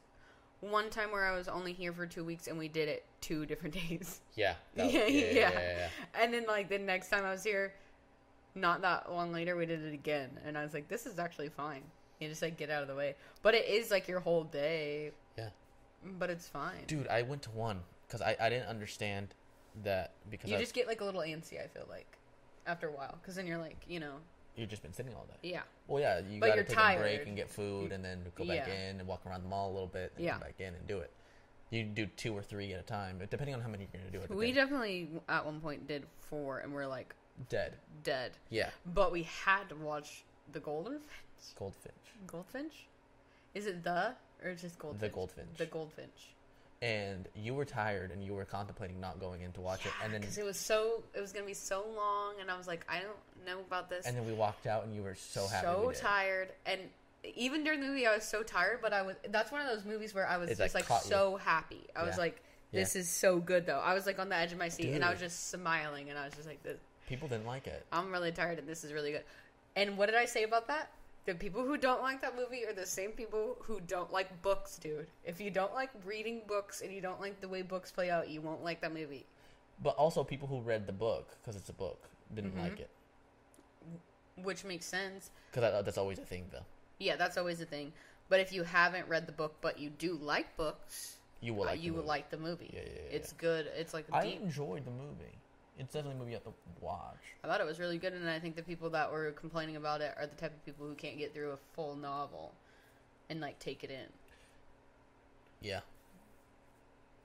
Speaker 3: one time where I was only here for two weeks, and we did it two different days.
Speaker 1: Yeah. that-
Speaker 3: yeah, yeah,
Speaker 1: yeah, yeah,
Speaker 3: And then like the next time I was here, not that long later, we did it again, and I was like, "This is actually fine." You just like get out of the way, but it is like your whole day,
Speaker 1: yeah.
Speaker 3: but it's fine.
Speaker 1: Dude, I went to one because I, I didn't understand that because
Speaker 3: you
Speaker 1: I,
Speaker 3: just get like a little antsy. I feel like after a while, because then you're like, you know,
Speaker 1: you've just been sitting all day.
Speaker 3: yeah,
Speaker 1: Well, yeah, you
Speaker 3: But
Speaker 1: got to
Speaker 3: you're
Speaker 1: take a break
Speaker 3: tired.
Speaker 1: and get food, and then go back
Speaker 3: Yeah.
Speaker 1: in and walk around the mall a little bit, and
Speaker 3: Yeah.
Speaker 1: come back in and do it. You do two or three at a time, but depending on how many you're gonna do it.
Speaker 3: we definitely at one point did four, and we're like
Speaker 1: dead.
Speaker 3: dead,
Speaker 1: Yeah,
Speaker 3: but we had to watch the Golden
Speaker 1: goldfinch.
Speaker 3: Goldfinch. Is it the or just Goldfinch?
Speaker 1: Goldfinch.
Speaker 3: The Goldfinch.
Speaker 1: And you were tired, and you were contemplating not going in to watch it, and then
Speaker 3: because it was so it was gonna be so long, and I was like, I don't know about this.
Speaker 1: and then we walked out, and you were so happy.
Speaker 3: so
Speaker 1: we did.
Speaker 3: tired, and even during the movie, I was so tired. But I was that's one of those movies where I was
Speaker 1: It's,
Speaker 3: just
Speaker 1: like,
Speaker 3: like,
Speaker 1: caught you.
Speaker 3: so happy. I was
Speaker 1: Yeah.
Speaker 3: like, this is so good though. I was like on the edge of my seat, and I was
Speaker 1: Dude.
Speaker 3: just smiling, and I was just like, this,
Speaker 1: People didn't like it.
Speaker 3: I'm really tired, and this is really good. And what did I say about that? The people who don't like that movie are the same people who don't like books, dude. If you don't like reading books and you don't like the way books play out, you won't like that movie.
Speaker 1: But also, people who read the book because it's a book didn't
Speaker 3: Mm-hmm.
Speaker 1: like it
Speaker 3: Which makes sense.
Speaker 1: because that's always a thing, though.
Speaker 3: Yeah, that's always the thing. But if you haven't read the book but you do like books,
Speaker 1: You will
Speaker 3: uh,
Speaker 1: like. the
Speaker 3: you will
Speaker 1: movie.
Speaker 3: like the movie.
Speaker 1: Yeah, yeah, yeah,
Speaker 3: It's good. It's like
Speaker 1: I
Speaker 3: deep.
Speaker 1: enjoyed the movie. It's definitely a movie you have to watch.
Speaker 3: I thought it was really good, and I think the people that were complaining about it are the type of people who can't get through a full novel and like take it in.
Speaker 1: Yeah.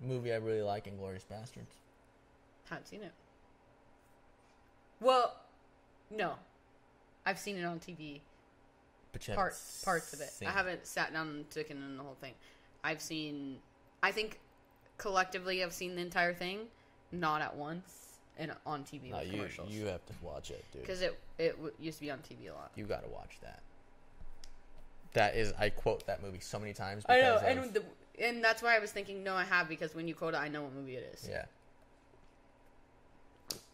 Speaker 1: Movie I really like, Inglorious Bastards.
Speaker 3: Haven't seen it. Well, no, I've seen it on TV.
Speaker 1: But you haven't
Speaker 3: Parts parts of it.
Speaker 1: seen
Speaker 3: I haven't sat down and taken in the whole thing. I've seen. I think collectively, I've seen the entire thing, not at once and on TV
Speaker 1: No,
Speaker 3: with
Speaker 1: you
Speaker 3: commercials.
Speaker 1: you have to watch it, dude.
Speaker 3: because it it w- used to be on TV a lot.
Speaker 1: You got to watch that. That is, I quote that movie so many times.
Speaker 3: I know,
Speaker 1: because of-
Speaker 3: and the, and that's why I was thinking, no, I have because when you quote it, I know what movie it is,
Speaker 1: yeah,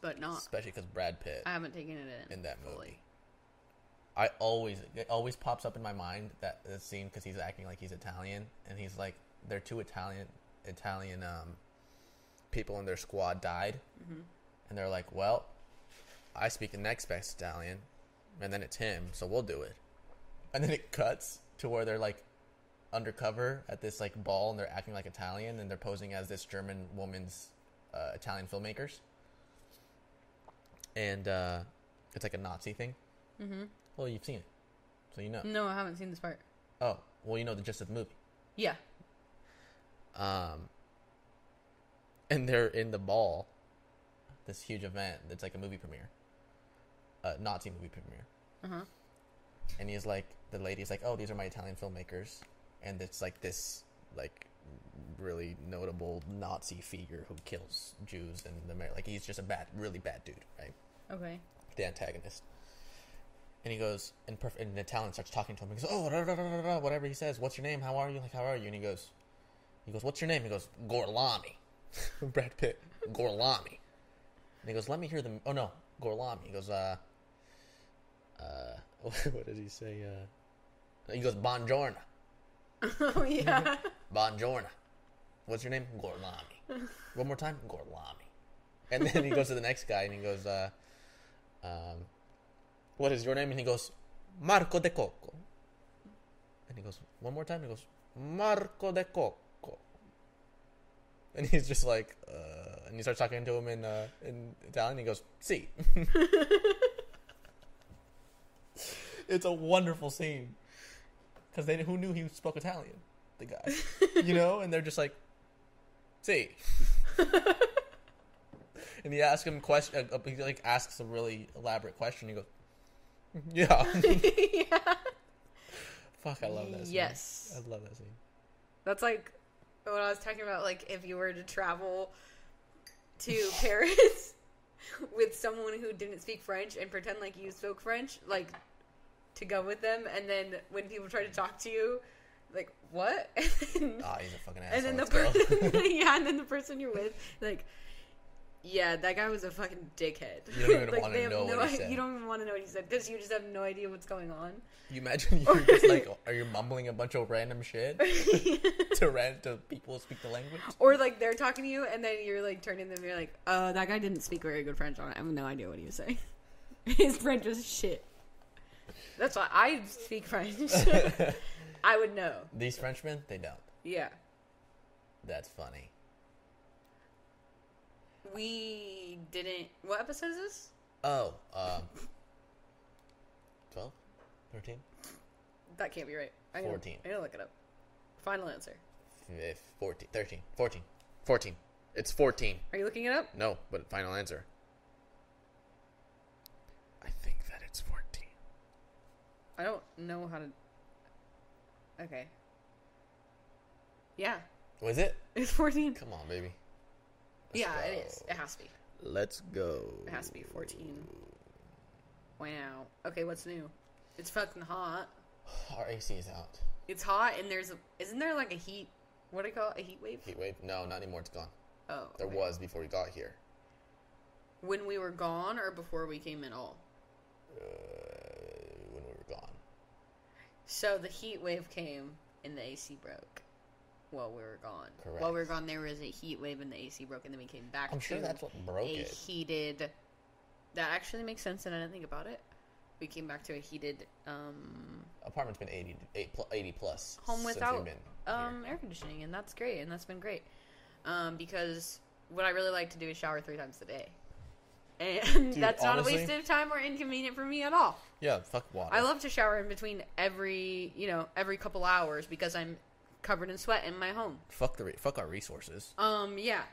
Speaker 3: but not.
Speaker 1: especially because Brad Pitt.
Speaker 3: I haven't taken it in
Speaker 1: In that
Speaker 3: fully.
Speaker 1: movie. I always it always pops up in my mind that, that scene because he's acting like he's Italian and he's like they're two Italian Italian um, people in their squad died and they're like well I speak the next best Italian and then it's him so we'll do it and then it cuts to where they're like undercover at this like ball and they're acting like Italian and they're posing as this German woman's uh, Italian filmmakers and uh, it's like a Nazi thing. Well, you've seen it, so you know.
Speaker 3: No, I haven't seen this part.
Speaker 1: Oh, well, you know the gist of the movie.
Speaker 3: Yeah,
Speaker 1: Um, and they're in the ball, this huge event that's like a movie premiere. a Nazi movie premiere.
Speaker 3: Uh-huh.
Speaker 1: And he's like, the lady's like, oh, these are my Italian filmmakers, and it's like this like really notable Nazi figure who kills Jews and the Amer- like he's just a bad, really bad dude, right?
Speaker 3: Okay.
Speaker 1: the antagonist. And he goes, and, perf- and the Italian starts talking to him. He goes, oh, da, da, da, da, da, whatever he says. What's your name? How are you? Like, how are you? And he goes, he goes, what's your name? He goes, Gorlami. Brad Pitt, Gorlami. And he goes, let me hear them. Oh no, Gorlami. He goes, uh, uh, what did he say? Uh, he goes, Bonjorna,
Speaker 3: oh yeah.
Speaker 1: Bonjorna. What's your name? Gorlami. One more time, Gorlami. And then he goes to the next guy and he goes, uh, um, what is your name? And he goes, Marco de Coco. And he goes, one more time. He goes, Marco de Coco. And he's just like, uh, and he starts talking to him in, uh, in Italian. He goes, si. it's a wonderful scene. Because they who knew he spoke Italian? The guy. you know? And they're just like, si. and he asks him question. Uh, he like asks a really elaborate question. He goes, "Yeah,
Speaker 3: yeah.
Speaker 1: fuck, I love that." Scene.
Speaker 3: Yes.
Speaker 1: I love that scene.
Speaker 3: That's like what I was talking about. Like if you were to travel to Paris with someone who didn't speak French and pretend like you spoke French, like to go with them, and then when people try to talk to you, like what? And then,
Speaker 1: Ah, he's a fucking asshole.
Speaker 3: and then the
Speaker 1: let's go.
Speaker 3: person, yeah, and then the person you're with, like. Yeah, that guy was a fucking dickhead.
Speaker 1: You don't even
Speaker 3: like,
Speaker 1: wanna
Speaker 3: they have
Speaker 1: know
Speaker 3: no
Speaker 1: what he
Speaker 3: i-
Speaker 1: said.
Speaker 3: You don't even want to know what he said because you just have no idea what's going on.
Speaker 1: you imagine you're just like, are you mumbling a bunch of random shit to rant to people who speak the language?
Speaker 3: Or like they're talking to you, and then you're like turning them. You're like, "Oh, that guy didn't speak very good French. I have no idea what he was saying. His French was shit." That's why I speak French. I would know.
Speaker 1: These Frenchmen, they don't.
Speaker 3: Yeah,
Speaker 1: That's funny.
Speaker 3: we didn't. What episode is this?
Speaker 1: Oh, um, 12? 13?
Speaker 3: That can't be right. I gotta-
Speaker 1: 14.
Speaker 3: I gotta look it up. Final answer.
Speaker 1: F- 14, 13, 14, 14. It's 14.
Speaker 3: Are you looking it up?
Speaker 1: No, but final answer. I think that it's 14.
Speaker 3: I don't know how to. Okay. Yeah,
Speaker 1: Was Oh, it?
Speaker 3: it's fourteen.
Speaker 1: Come on, baby. Let's
Speaker 3: yeah,
Speaker 1: go.
Speaker 3: it is. It has to be.
Speaker 1: Let's go.
Speaker 3: It has to be 14. Wow. Okay, what's new? It's fucking hot.
Speaker 1: Our AC is out.
Speaker 3: It's hot, and there's a. Isn't there like a heat? What do you call it? A heat wave?
Speaker 1: Heat wave? No, not anymore. It's gone.
Speaker 3: Oh.
Speaker 1: There
Speaker 3: okay.
Speaker 1: was before we got here.
Speaker 3: When we were gone or before we came at all?
Speaker 1: Uh, when we were gone.
Speaker 3: So the heat wave came, and the AC broke while we were gone. While we were
Speaker 1: Correct.
Speaker 3: gone, there was a heat wave, and the AC broke, and then we came back
Speaker 1: I'm sure
Speaker 3: to
Speaker 1: that's what broke
Speaker 3: a
Speaker 1: it.
Speaker 3: heated. That actually makes sense, and I didn't think about it. We came back to a heated um,
Speaker 1: Apartment's been 80, eight pl- 80 plus.
Speaker 3: home
Speaker 1: since we've
Speaker 3: without
Speaker 1: been
Speaker 3: um, air conditioning, and that's great, and that's been great. Um, because what I really like to do is shower three times a day, and
Speaker 1: Dude,
Speaker 3: that's not a
Speaker 1: honestly-
Speaker 3: waste of time or inconvenient for me at all.
Speaker 1: here. Yeah, fuck water.
Speaker 3: I love to shower in between every you know every couple hours because I'm covered in sweat in my home.
Speaker 1: fuck the re- fuck our resources.
Speaker 3: Um, yeah.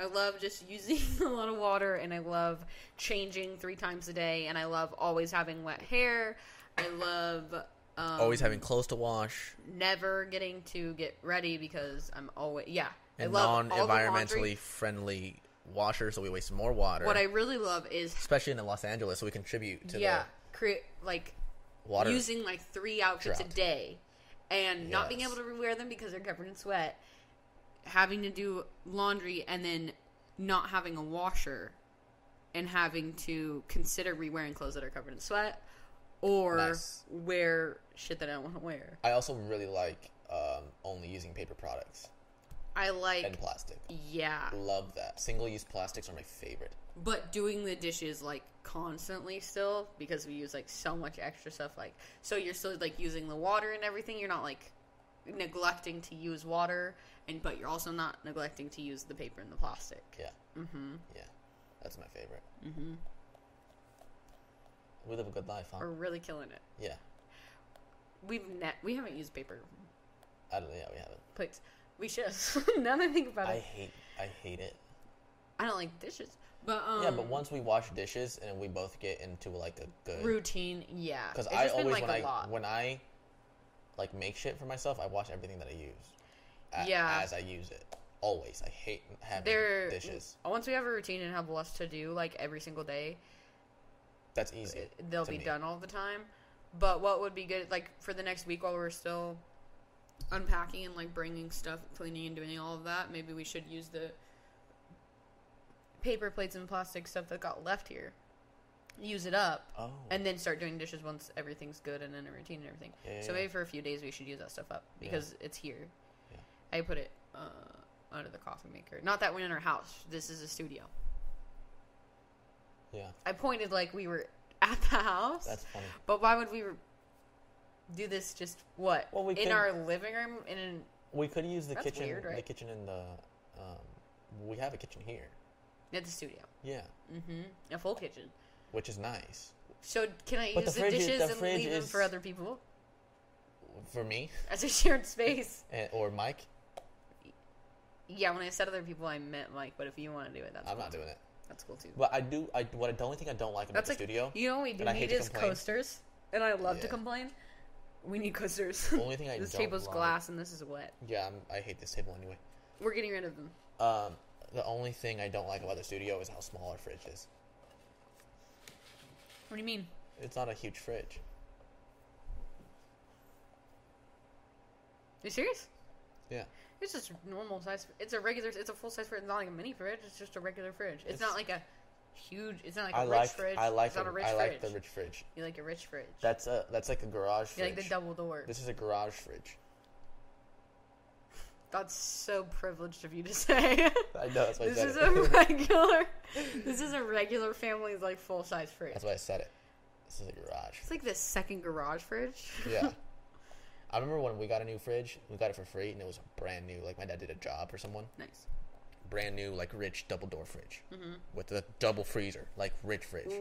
Speaker 3: I love just using a lot of water and I love changing three times a day and I love always having wet hair. I love um,
Speaker 1: Always having clothes to wash.
Speaker 3: never getting to get ready because I'm always yeah. I
Speaker 1: And
Speaker 3: love all the
Speaker 1: non-environmentally
Speaker 3: laundry.
Speaker 1: friendly washer, so we waste more water.
Speaker 3: What I really love is
Speaker 1: especially in Los Angeles, so we contribute to
Speaker 3: yeah, create like
Speaker 1: the water.
Speaker 3: using like three outfits
Speaker 1: drought.
Speaker 3: a day and not being
Speaker 1: Yes.
Speaker 3: able to wear them because they're covered in sweat, having to do laundry and then not having a washer and having to consider re-wearing clothes that are covered in sweat or
Speaker 1: Nice.
Speaker 3: wear shit that I don't want to wear.
Speaker 1: I also really like um, only using paper products
Speaker 3: I like
Speaker 1: and plastic.
Speaker 3: yeah,
Speaker 1: Love that. Single-use plastics are my favorite.
Speaker 3: but doing the dishes like constantly still because we use like so much extra stuff like so you're still like using the water and everything you're not like neglecting to use water and but you're also not neglecting to use the paper and the plastic
Speaker 1: Yeah. Mm-hmm. Yeah. That's my favorite. Mm-hmm. We live a good life, huh?
Speaker 3: we're really killing it
Speaker 1: Yeah.
Speaker 3: we've ne- we haven't used paper
Speaker 1: I don't. Yeah, we haven't.
Speaker 3: plates we should now that i think about
Speaker 1: I
Speaker 3: it
Speaker 1: hate. I hate it.
Speaker 3: I don't like dishes. But um,
Speaker 1: yeah, but once we wash dishes and we both get into like a good
Speaker 3: routine, yeah.
Speaker 1: because
Speaker 3: It's
Speaker 1: I
Speaker 3: just been,
Speaker 1: always
Speaker 3: like,
Speaker 1: when I
Speaker 3: a lot.
Speaker 1: when I like make shit for myself, I wash everything that I use. a-
Speaker 3: Yeah.
Speaker 1: As I use it, always. I hate having
Speaker 3: There-
Speaker 1: dishes.
Speaker 3: Once we have a routine and have less to do, like every single day,
Speaker 1: That's easy.
Speaker 3: it- Uh, they'll
Speaker 1: to
Speaker 3: be
Speaker 1: me.
Speaker 3: done all the time. But what would be good, like for the next week while we're still unpacking and like bringing stuff, cleaning and doing all of that, maybe we should use the paper plates and plastic stuff that got left here. Use it up.
Speaker 1: Oh.
Speaker 3: And then start doing dishes once everything's good and in a routine and everything.
Speaker 1: Yeah, yeah,
Speaker 3: so
Speaker 1: yeah.
Speaker 3: maybe for a few days we should use that stuff up
Speaker 1: Yeah.
Speaker 3: because it's here.
Speaker 1: Yeah.
Speaker 3: I put it uh, under the coffee maker. Not that we're in our house. This is a studio.
Speaker 1: yeah,
Speaker 3: I pointed like we were at the house.
Speaker 1: that's funny.
Speaker 3: But why would we re- do this? Just what?
Speaker 1: Well, we
Speaker 3: in
Speaker 1: could-
Speaker 3: our living room in an
Speaker 1: We could use the
Speaker 3: That's
Speaker 1: kitchen.
Speaker 3: weird, right?
Speaker 1: The kitchen in the um, we have a kitchen here.
Speaker 3: at the studio.
Speaker 1: Yeah,
Speaker 3: Mm-hmm. A full kitchen.
Speaker 1: which is nice
Speaker 3: So can I
Speaker 1: But
Speaker 3: use
Speaker 1: the
Speaker 3: the,
Speaker 1: fridge is-
Speaker 3: dishes
Speaker 1: the
Speaker 3: and
Speaker 1: fridge
Speaker 3: leave them
Speaker 1: is-
Speaker 3: for other people
Speaker 1: for me
Speaker 3: as a shared space?
Speaker 1: and, or Mike.
Speaker 3: Yeah, when I said other people, I meant Mike. But if you want to do it, that's
Speaker 1: I'm
Speaker 3: cool
Speaker 1: not
Speaker 3: too.
Speaker 1: doing it.
Speaker 3: That's cool too.
Speaker 1: But I do. I what I the only thing I don't like about
Speaker 3: That's
Speaker 1: the
Speaker 3: like
Speaker 1: studio.
Speaker 3: You know what we do
Speaker 1: and I hate
Speaker 3: need
Speaker 1: to
Speaker 3: is
Speaker 1: complain.
Speaker 3: coasters, and I love to
Speaker 1: Yeah.
Speaker 3: complain. We need coasters.
Speaker 1: The only thing I
Speaker 3: this
Speaker 1: don't
Speaker 3: table's
Speaker 1: like-
Speaker 3: glass and this is wet.
Speaker 1: Yeah, I'm, I hate this table anyway.
Speaker 3: We're getting rid of them.
Speaker 1: Um, the only thing I don't like about the studio is how small our fridge is.
Speaker 3: What do you mean?
Speaker 1: It's not a huge fridge.
Speaker 3: you serious?
Speaker 1: Yeah,
Speaker 3: It's just normal size. It's a regular. It's a full size fridge. It's not like a mini fridge. It's just a regular fridge. It's,
Speaker 1: It's-
Speaker 3: not like a huge. It's not like a
Speaker 1: I
Speaker 3: rich
Speaker 1: like
Speaker 3: fridge.
Speaker 1: I like
Speaker 3: it's not
Speaker 1: the-
Speaker 3: a rich
Speaker 1: I
Speaker 3: fridge.
Speaker 1: like the rich fridge.
Speaker 3: You like a rich fridge.
Speaker 1: That's a that's like a garage
Speaker 3: you
Speaker 1: fridge.
Speaker 3: like the double door.
Speaker 1: This is a garage fridge.
Speaker 3: That's so privileged of you to say.
Speaker 1: I know that's why I
Speaker 3: this
Speaker 1: said
Speaker 3: is a
Speaker 1: it.
Speaker 3: regular. this is a regular family's like full size fridge.
Speaker 1: that's why I said it. This is a garage.
Speaker 3: It's like the second garage fridge.
Speaker 1: Yeah. I remember when we got a new fridge, we got it for free, and it was brand new. Like my dad did a job for someone,
Speaker 3: nice.
Speaker 1: brand new, like rich double door fridge
Speaker 3: Mm-hmm.
Speaker 1: with a double freezer, like rich fridge,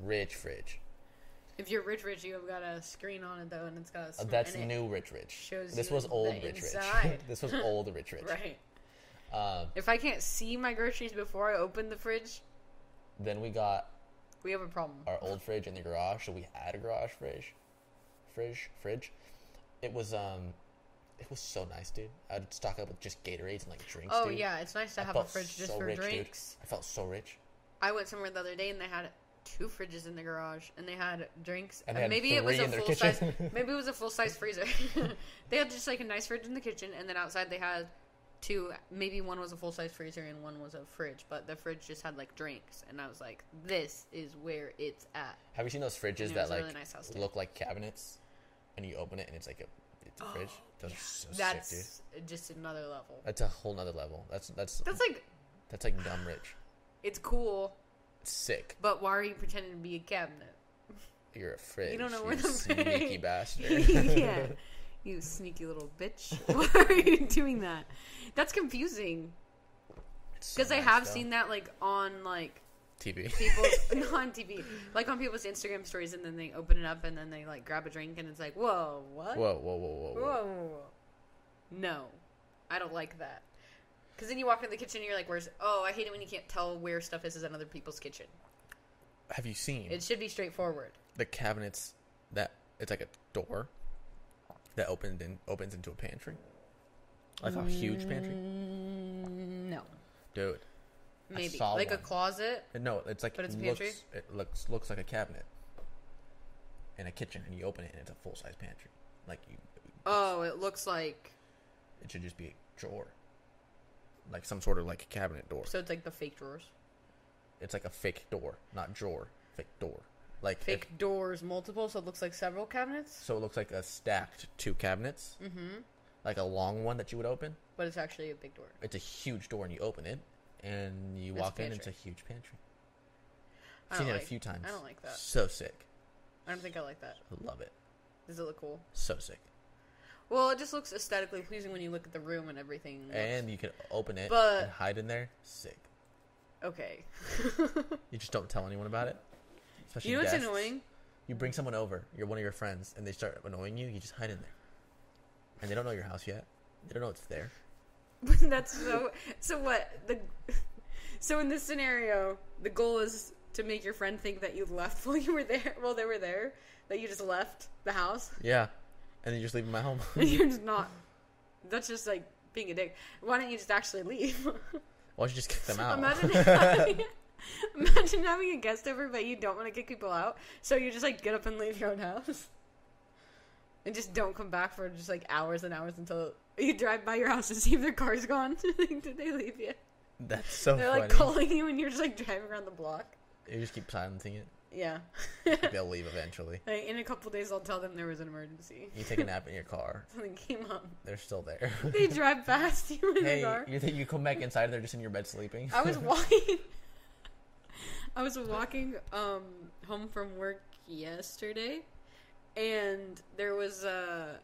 Speaker 1: rich fridge.
Speaker 3: If you're rich, rich, you have got a screen on it though, and it's got a.
Speaker 1: Uh,
Speaker 3: sm-
Speaker 1: That's
Speaker 3: and it-
Speaker 1: new rich rich.
Speaker 3: shows
Speaker 1: This
Speaker 3: you
Speaker 1: was old
Speaker 3: the
Speaker 1: rich rich.
Speaker 3: inside.
Speaker 1: this was old rich rich.
Speaker 3: Right.
Speaker 1: Um,
Speaker 3: If I can't see my groceries before I open the fridge,
Speaker 1: then we got
Speaker 3: we have a problem.
Speaker 1: our old fridge in the garage, so we had a garage fridge, fridge, fridge. It was um, it was so nice, dude. I'd stock up with just Gatorades and like drinks.
Speaker 3: Oh
Speaker 1: dude.
Speaker 3: yeah, it's nice to
Speaker 1: I
Speaker 3: have a
Speaker 1: felt
Speaker 3: fridge just
Speaker 1: so
Speaker 3: for
Speaker 1: rich, dude.
Speaker 3: drinks.
Speaker 1: I felt so rich.
Speaker 3: I went somewhere the other day and they had two fridges in the garage and they had drinks.
Speaker 1: And they had
Speaker 3: maybe it was
Speaker 1: three
Speaker 3: a
Speaker 1: in their
Speaker 3: full size.
Speaker 1: kitchen.
Speaker 3: maybe it was a full size freezer. they had just like a nice fridge in the kitchen, and then outside they had two. Maybe one was a full size freezer and one was a fridge, but the fridge just had like drinks, and I was like, "This is where it's at."
Speaker 1: Have you seen those fridges
Speaker 3: it
Speaker 1: that
Speaker 3: was a
Speaker 1: like
Speaker 3: really nice house, too.
Speaker 1: look like cabinets, and you open it and it's like a it's a fridge? Those are so
Speaker 3: Oh, That's
Speaker 1: sick, dude.
Speaker 3: just another level.
Speaker 1: That's a whole nother level. That's that's
Speaker 3: That's like
Speaker 1: that's like dumb rich.
Speaker 3: it's cool,
Speaker 1: It's sick.
Speaker 3: but why are you pretending to be a cabinet?
Speaker 1: You're a fridge.
Speaker 3: You don't know where
Speaker 1: you
Speaker 3: the
Speaker 1: sneaky
Speaker 3: fridge-
Speaker 1: bastard.
Speaker 3: yeah. You sneaky little bitch. Why are you doing that? That's confusing. Because I have seen that like on like
Speaker 1: TV.
Speaker 3: people's not on TV, like on people's Instagram stories, and then they open it up and then they like grab a drink and it's like, whoa, what?
Speaker 1: Whoa, whoa, whoa, whoa,
Speaker 3: Whoa,
Speaker 1: whoa.
Speaker 3: whoa, whoa. No, I don't like that. Because then you walk in the kitchen and you're like, where's? Oh, I hate it when you can't tell where stuff is is in other people's kitchen.
Speaker 1: Have you seen
Speaker 3: It should be straightforward.
Speaker 1: the cabinets that it's like a door that opened and opens into a pantry? Like a huge
Speaker 3: Mm.
Speaker 1: pantry,
Speaker 3: No,
Speaker 1: dude.
Speaker 3: maybe
Speaker 1: saw
Speaker 3: like a
Speaker 1: one.
Speaker 3: closet.
Speaker 1: No, it's like
Speaker 3: But it's a
Speaker 1: looks,
Speaker 3: pantry?
Speaker 1: It looks looks like a cabinet and a kitchen, and you open it and it's a full size pantry. Like you,
Speaker 3: Oh, it looks like
Speaker 1: it should just be a drawer, like some sort of like cabinet door.
Speaker 3: so. It's like the fake drawers.
Speaker 1: it's like a fake door, not drawer, fake door. Like if-
Speaker 3: fake doors multiple, so it looks like several cabinets,
Speaker 1: so it looks like a stacked two cabinets, mm-hmm. like a long one that you would open.
Speaker 3: but it's actually a big door.
Speaker 1: It's a huge door, and you open it, and you
Speaker 3: It's a
Speaker 1: walk in. It's
Speaker 3: pantry.
Speaker 1: a huge pantry.
Speaker 3: I
Speaker 1: I've seen
Speaker 3: don't
Speaker 1: it a
Speaker 3: like-
Speaker 1: few times.
Speaker 3: I don't like that.
Speaker 1: So sick.
Speaker 3: I don't think I like that.
Speaker 1: I love it.
Speaker 3: Does it look cool?
Speaker 1: So sick.
Speaker 3: Well, it just looks aesthetically pleasing when you look at the room and everything. looks-
Speaker 1: And you can open it
Speaker 3: But-
Speaker 1: and hide in there. Sick.
Speaker 3: okay,
Speaker 1: You just don't tell anyone about it. Especially
Speaker 3: you know what's
Speaker 1: guests.
Speaker 3: annoying?
Speaker 1: You bring someone over, you're one of your friends, and they start annoying you. You just hide in there, and they don't know your house yet. They don't know it's there.
Speaker 3: That's so. So what the So in this scenario, the goal is to make your friend think that you left while you were there, while they were there, that you just left the house.
Speaker 1: Yeah. And then you're just leaving my home.
Speaker 3: You're just not. That's just like being a dick. Why don't you just actually leave?
Speaker 1: Why don't you just kick them out?
Speaker 3: Imagine having, imagine having a guest over, but you don't want to kick people out, so you just like get up and leave your own house, and just don't come back for just like hours and hours until you drive by your house and see if their car's gone. Like, Did they leave yet?
Speaker 1: That's so
Speaker 3: They're
Speaker 1: funny.
Speaker 3: like calling you, and you're just like driving around the block.
Speaker 1: You just keep silencing it.
Speaker 3: Yeah.
Speaker 1: They'll leave eventually.
Speaker 3: Like, in a couple days, I'll tell them there was an emergency.
Speaker 1: You take a nap in your car.
Speaker 3: Something came up.
Speaker 1: They're still there.
Speaker 3: They drive past you in the
Speaker 1: hey,
Speaker 3: car.
Speaker 1: you think you come back inside and they're just in your bed sleeping?
Speaker 3: I was walking. I was walking um, home from work yesterday, and there was a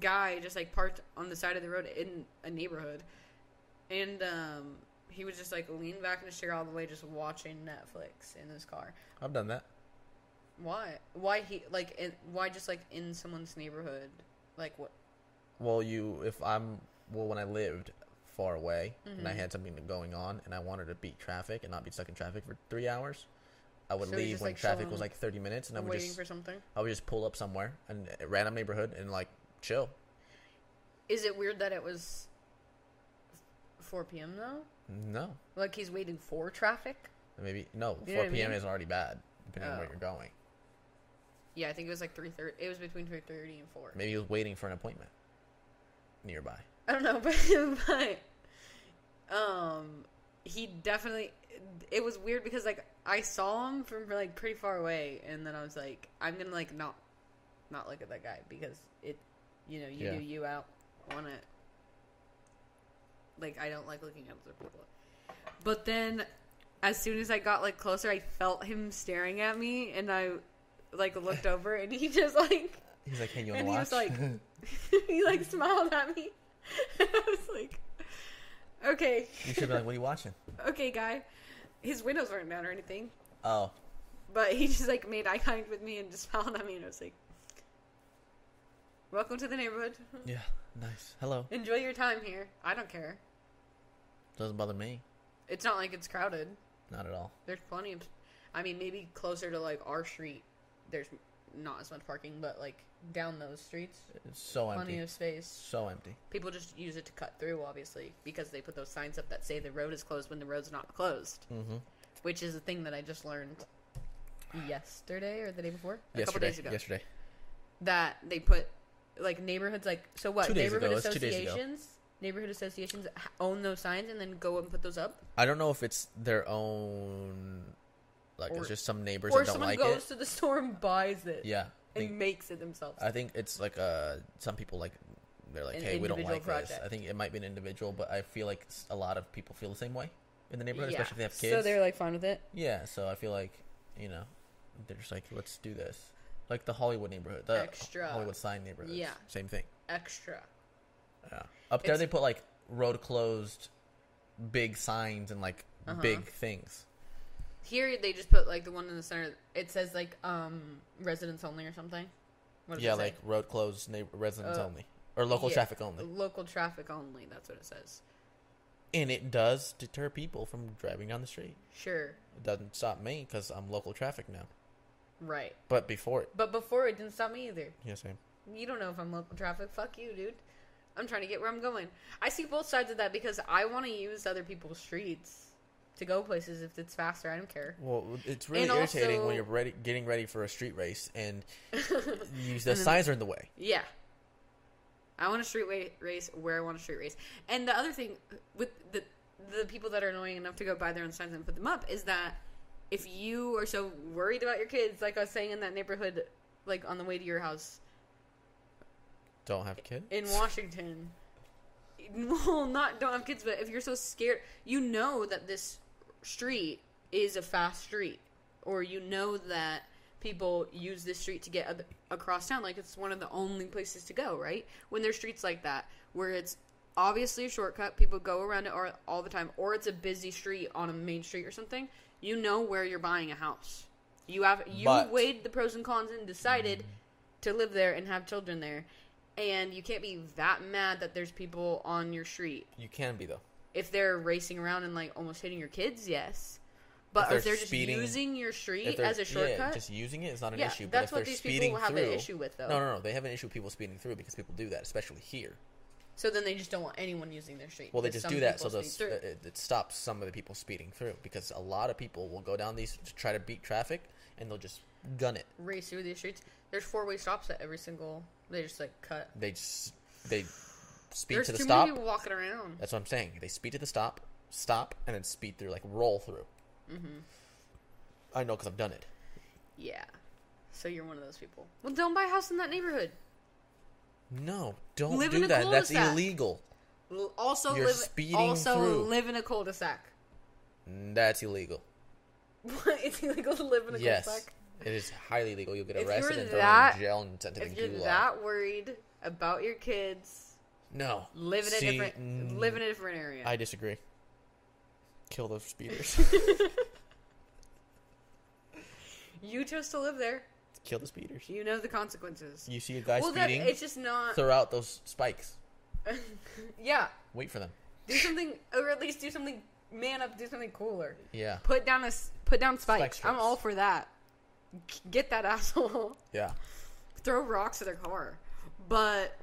Speaker 3: guy just like parked on the side of the road in a neighborhood, and um, he was just like leaned back in his chair all the way, just watching Netflix in his car.
Speaker 1: I've done that.
Speaker 3: Why? Why he like? In, why just like in someone's neighborhood? Like what?
Speaker 1: Well, you, if I'm, well, when I lived far away and I
Speaker 3: Mm-hmm.
Speaker 1: had something going on and I wanted to beat traffic and not be stuck in traffic for three hours, I would
Speaker 3: So you
Speaker 1: leave
Speaker 3: just,
Speaker 1: when
Speaker 3: like, chill
Speaker 1: traffic
Speaker 3: in-
Speaker 1: was like 30 minutes and I
Speaker 3: I'm
Speaker 1: would
Speaker 3: waiting
Speaker 1: just,
Speaker 3: for something.
Speaker 1: I would just pull up somewhere and a random neighborhood and like chill.
Speaker 3: Is it weird that it was 4 p.m. though?
Speaker 1: No,
Speaker 3: Like he's waiting for traffic?
Speaker 1: maybe no.
Speaker 3: You
Speaker 1: 4
Speaker 3: know what I
Speaker 1: p.m.
Speaker 3: mean?
Speaker 1: isn't already bad depending on where
Speaker 3: Oh.
Speaker 1: you're going.
Speaker 3: Yeah, I think it was like 3:30. It was between 3:30 and 4.
Speaker 1: Maybe he was waiting for an appointment nearby.
Speaker 3: I don't know, but but um he definitely it was weird because like I saw him from like pretty far away and then I was like I'm going to like not not look at that guy because it you know, you
Speaker 1: Yeah.
Speaker 3: do you out on it. Like I don't like looking at other people. But then as soon as I got like closer, I felt him staring at me and I like looked over and he just like
Speaker 1: He's like, "Hey, you want
Speaker 3: And
Speaker 1: to
Speaker 3: he
Speaker 1: watch?"
Speaker 3: was he like smiled at me. And I was like, okay,
Speaker 1: you should be like, "What are you watching?"
Speaker 3: okay, guy. His windows weren't down or anything,
Speaker 1: Oh,
Speaker 3: but he just like made eye contact with me and just smiled at me, and I was like, welcome to the neighborhood.
Speaker 1: yeah, nice. Hello.
Speaker 3: Enjoy your time here. I don't care.
Speaker 1: Doesn't bother me,
Speaker 3: It's not like it's crowded.
Speaker 1: not at all.
Speaker 3: There's plenty of, I mean, maybe closer to like our street, there's not as much parking, but like down those streets,
Speaker 1: It's so
Speaker 3: plenty
Speaker 1: empty.
Speaker 3: of space.
Speaker 1: So empty.
Speaker 3: People just use it to cut through, obviously, because they put those signs up that say the road is closed when the road's not closed,
Speaker 1: Mm-hmm.
Speaker 3: which is a thing that I just learned yesterday or the day before, a couple
Speaker 1: Yesterday,
Speaker 3: days ago.
Speaker 1: yesterday.
Speaker 3: That they put like neighborhoods, like so what
Speaker 1: Two days ago,
Speaker 3: neighborhood
Speaker 1: it's two days ago.
Speaker 3: associations, neighborhood associations h- own those signs and then go and put those up,
Speaker 1: I don't know if it's their own, like
Speaker 3: Or-
Speaker 1: it's just some neighbors
Speaker 3: or
Speaker 1: that don't
Speaker 3: someone
Speaker 1: like
Speaker 3: goes
Speaker 1: it.
Speaker 3: to the store and buys it,
Speaker 1: Yeah, I
Speaker 3: and
Speaker 1: think,
Speaker 3: makes it themselves.
Speaker 1: I think it's like uh, some people like they're like,
Speaker 3: An
Speaker 1: hey, we don't
Speaker 3: individual
Speaker 1: like this. I
Speaker 3: project.
Speaker 1: think it might be an individual, but I feel like s- a lot of people feel the same way in the neighborhood,
Speaker 3: Yeah.
Speaker 1: especially if they have kids.
Speaker 3: so they're like fine with it.
Speaker 1: yeah, so I feel like you know they're just like, let's do this. Like the Hollywood neighborhood, the
Speaker 3: Extra.
Speaker 1: Hollywood sign neighborhood.
Speaker 3: Yeah.
Speaker 1: same thing.
Speaker 3: Extra,
Speaker 1: Yeah. Up there,
Speaker 3: It's-
Speaker 1: they put like road closed, big signs and like
Speaker 3: Uh-huh.
Speaker 1: big things.
Speaker 3: Here they just put like the one in the center. It says like um residents only or something. What does
Speaker 1: Yeah,
Speaker 3: it say?
Speaker 1: like road closed, neighbor, residents
Speaker 3: Uh,
Speaker 1: only, or local
Speaker 3: yeah.
Speaker 1: traffic only.
Speaker 3: local traffic only. That's what it says.
Speaker 1: And it does deter people from driving down the street.
Speaker 3: Sure,
Speaker 1: It doesn't stop me because I'm local traffic now.
Speaker 3: right.
Speaker 1: But before it,
Speaker 3: But before it didn't stop me either.
Speaker 1: yes, I am.
Speaker 3: You don't know if I'm local traffic. Fuck you, dude. I'm trying to get where I'm going. I see both sides of that because I want to use other people's streets to go places if it's faster. I don't care.
Speaker 1: Well, it's really
Speaker 3: And
Speaker 1: irritating
Speaker 3: also-
Speaker 1: when you're ready, getting ready for a street race and you, the signs are in the way.
Speaker 3: Yeah. I want a street wa- race where I want a street race. And the other thing with the the people that are annoying enough to go buy their own signs and put them up is that if you are so worried about your kids, like I was saying in that neighborhood, like on the way to your house
Speaker 1: Don't have kids.
Speaker 3: in Washington, well, not don't have kids, but if you're so scared, you know that this street is a fast street, or you know that people use this street to get ab- across town. Like it's one of the only places to go, right? When there's streets like that where it's obviously a shortcut, people go around it all, all the time, or it's a busy street on a main street or something. You know where you're buying a house. You have you
Speaker 1: But-
Speaker 3: weighed the pros and cons and decided to live there and have children there. And you can't be that mad that there's people on your street.
Speaker 1: You can be though.
Speaker 3: If they're racing around and like almost hitting your kids, yes. But if they're,
Speaker 1: they're
Speaker 3: just
Speaker 1: speeding-
Speaker 3: using your street
Speaker 1: If they're-
Speaker 3: as a shortcut,
Speaker 1: Yeah, just using it is not an
Speaker 3: Yeah,
Speaker 1: issue. But if
Speaker 3: that's what
Speaker 1: they're
Speaker 3: these people
Speaker 1: speeding
Speaker 3: have an
Speaker 1: through,
Speaker 3: issue with, though.
Speaker 1: No, no, no. They have an issue with people speeding through because people do that, especially here.
Speaker 3: so then they just don't want anyone using their street.
Speaker 1: Well, they
Speaker 3: because
Speaker 1: just do
Speaker 3: some
Speaker 1: that so
Speaker 3: people
Speaker 1: they'll
Speaker 3: speed
Speaker 1: s-
Speaker 3: through.
Speaker 1: it, it stops some of the people speeding through because a lot of people will go down these to try to beat traffic and they'll just gun it.
Speaker 3: race through these streets. There's four way stops at every single. They just like cut.
Speaker 1: They just they speed
Speaker 3: There's
Speaker 1: to the
Speaker 3: too
Speaker 1: stop.
Speaker 3: many people walking around.
Speaker 1: That's what I'm saying. They speed to the stop, stop, and then speed through, like roll through.
Speaker 3: Mm-hmm.
Speaker 1: I know because I've done it.
Speaker 3: Yeah. So you're one of those people. Well, don't buy a house in that neighborhood.
Speaker 1: No, don't
Speaker 3: Live in
Speaker 1: do
Speaker 3: a
Speaker 1: that. That's
Speaker 3: cul-de-sac.
Speaker 1: illegal.
Speaker 3: L- Also
Speaker 1: You're
Speaker 3: live.
Speaker 1: speeding
Speaker 3: also
Speaker 1: through.
Speaker 3: live in a cul-de-sac.
Speaker 1: That's illegal.
Speaker 3: What? it's illegal to live in a
Speaker 1: yes,
Speaker 3: cul-de-sac.
Speaker 1: it is highly illegal. You'll get
Speaker 3: If
Speaker 1: arrested
Speaker 3: you're
Speaker 1: and thrown
Speaker 3: that-
Speaker 1: in jail and sent to the
Speaker 3: If you're
Speaker 1: gulag.
Speaker 3: that worried about your kids,
Speaker 1: no,
Speaker 3: live in a
Speaker 1: See,
Speaker 3: different
Speaker 1: mm,
Speaker 3: live in a different area.
Speaker 1: I disagree. Kill those speeders.
Speaker 3: you chose to live there.
Speaker 1: Kill the speeders.
Speaker 3: You know the consequences.
Speaker 1: You see a guy
Speaker 3: well, that,
Speaker 1: speeding,
Speaker 3: it's just not.
Speaker 1: throw out those spikes.
Speaker 3: yeah,
Speaker 1: Wait for them.
Speaker 3: do something, or at least do something. Man up, do something cooler.
Speaker 1: Yeah,
Speaker 3: Put down a s- put down
Speaker 1: Spike
Speaker 3: spikes. I'm
Speaker 1: strips.
Speaker 3: all for that. G- Get that asshole.
Speaker 1: yeah.
Speaker 3: Throw rocks at their car, but